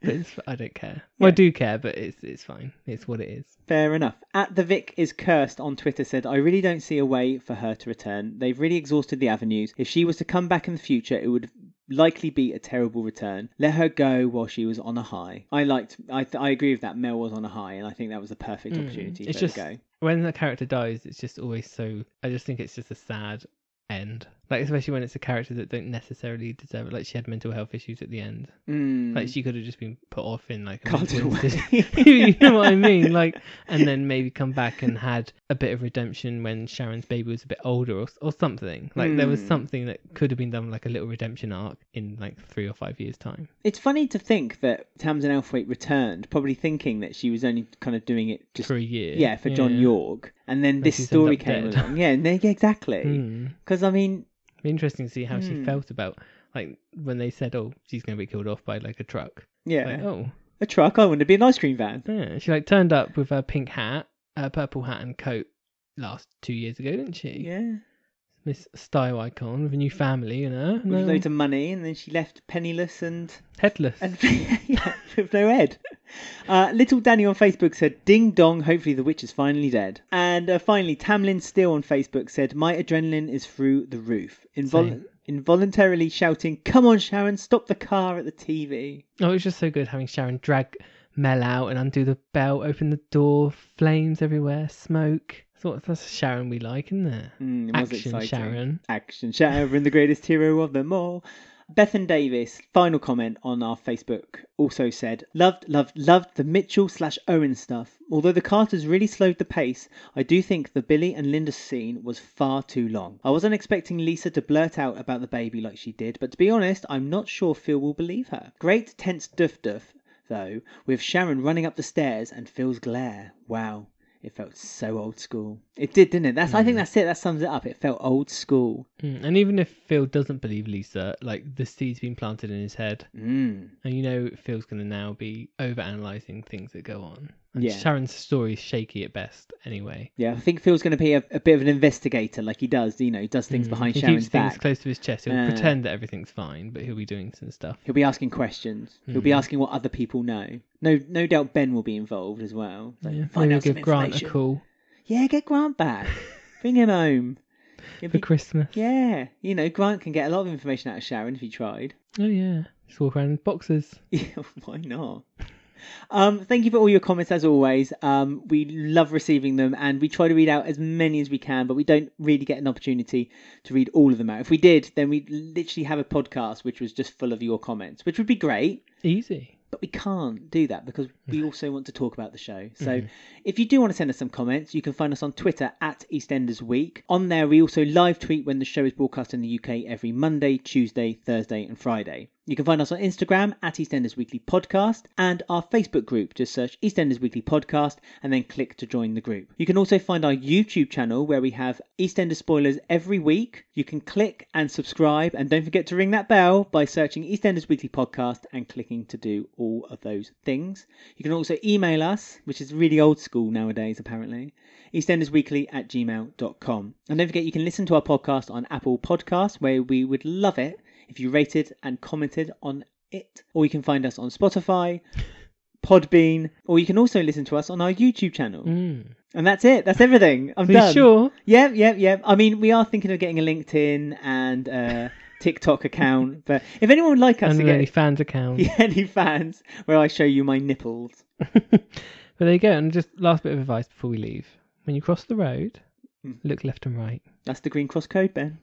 but it's, I don't care. Well, I Yeah. do care, but it's it's fine. It's what it is. Fair enough. At the Vic is cursed on Twitter said, I really don't see a way for her to return. They've really exhausted the avenues. If she was to come back in the future, it would likely be a terrible return. Let her go while she was on a high. I liked. I th- I agree with that. Mel was on a high, and I think that was the perfect Mm. opportunity for It's her just- to go. when the character dies, it's just always so. I just think it's just a sad end. Like especially when it's a character that don't necessarily deserve it. Like she had mental health issues at the end. Mm. [laughs] Like she could have just been put off in like a Carted mental away. institution. [laughs] you know what I mean? Like, and then maybe come back and had a bit of redemption when Sharon's baby was a bit older or or something. Like there was Mm. something that could have been done like a little redemption arc in like three or five years time. [laughs] It's funny to think that Tamsin Althwaite returned, probably thinking that she was only kind of doing it just For a year. yeah for John York, and then this she's story ended up came dead. along. Yeah, no, yeah, exactly. Hmm. Because I mean, Be interesting to see how she Hmm. felt about like when they said, "Oh, she's gonna be killed off by like a truck." yeah, Like, oh, a truck. I want to be an ice cream van. yeah. She like turned up with her pink hat, her purple hat and coat last two years ago, didn't she? Yeah, Miss Style icon with a new family and her. with No, loads of money, and then she left penniless and headless. and [laughs] yeah, with no head. Uh, Little Danny on Facebook said, "Ding dong! Hopefully the witch is finally dead." And uh, finally, Tamlin Steele on Facebook said, "My adrenaline is through the roof." Invol- Same. involuntarily shouting, "Come on, Sharon! Stop the car at the TV!" Oh, it was just so good having Sharon drag Mel out and undo the bell, open the door, flames everywhere, smoke. Thought that's a Sharon we like, isn't there? Mm, it was Action, exciting. Sharon. Action Sharon, the greatest hero of them all. Bethan Davis, final comment on our Facebook, also said, Loved, loved, loved the Mitchell slash Owen stuff. Although the Carters really slowed the pace, I do think the Billy and Linda scene was far too long. I wasn't expecting Lisa to blurt out about the baby like she did, but to be honest, I'm not sure Phil will believe her. Great tense duff duff, though, with Sharon running up the stairs and Phil's glare. Wow. It felt so old school. It did, didn't it? That's I think that's it. That sums it up. It felt old school. Mm, And even if Phil doesn't believe Lisa, like the seed's been planted in his head. Mm. And you know Phil's going to now be overanalyzing things that go on. And Yeah. Sharon's story's shaky at best anyway. Yeah, I think Phil's going to be a, a bit of an investigator, like he does. You know, he does things Mm, behind he Sharon's keeps things back. close to his chest. He'll Uh. pretend that everything's fine, but he'll be doing some stuff. He'll be asking questions. He'll be Mm. asking what other people know. No, no doubt Ben will be involved as well. So Yeah. find Maybe out he'll some give Grant a information. call Yeah, get Grant back. Bring him home. [laughs] It'd for be- Christmas. yeah, you know, Grant can get a lot of information out of Sharon if he tried. Oh yeah, just walk around in boxes. Yeah, [laughs] why not? Um, thank you for all your comments as always. Um, we love receiving them and we try to read out as many as we can, but we don't really get an opportunity to read all of them out. If we did, then we'd literally have a podcast which was just full of your comments, which would be great, Easy. but we can't do that because we also want to talk about the show. So if you do want to send us some comments, you can find us on Twitter at EastEnders Week. On there, we also live tweet when the show is broadcast in the UK every Monday, Tuesday, Thursday, and Friday. You can find us on Instagram at EastEnders Weekly Podcast and our Facebook group. Just search EastEnders Weekly Podcast and then click to join the group. You can also find our YouTube channel where we have EastEnders spoilers every week. You can click and subscribe, and don't forget to ring that bell by searching EastEnders Weekly Podcast and clicking to do all of those things. You can also email us, which is really old school nowadays, apparently, eastendersweekly at gmail.com. And don't forget, you can listen to our podcast on Apple Podcasts, where we would love it if you rated and commented on it. Or you can find us on Spotify, Podbean, or you can also listen to us on our YouTube channel. Mm. And that's it. That's everything. I'm Are you done. sure? Yep, yep, yep. I mean, we are thinking of getting a LinkedIn and a TikTok account, [laughs] but if anyone would like us And to an get [laughs] OnlyFans account. yeah, any fans where I show you my nipples. [laughs] [laughs] But there you go. And just last Hmm. bit of advice before we leave: when you cross the road, look left and right. That's the green cross code, Ben.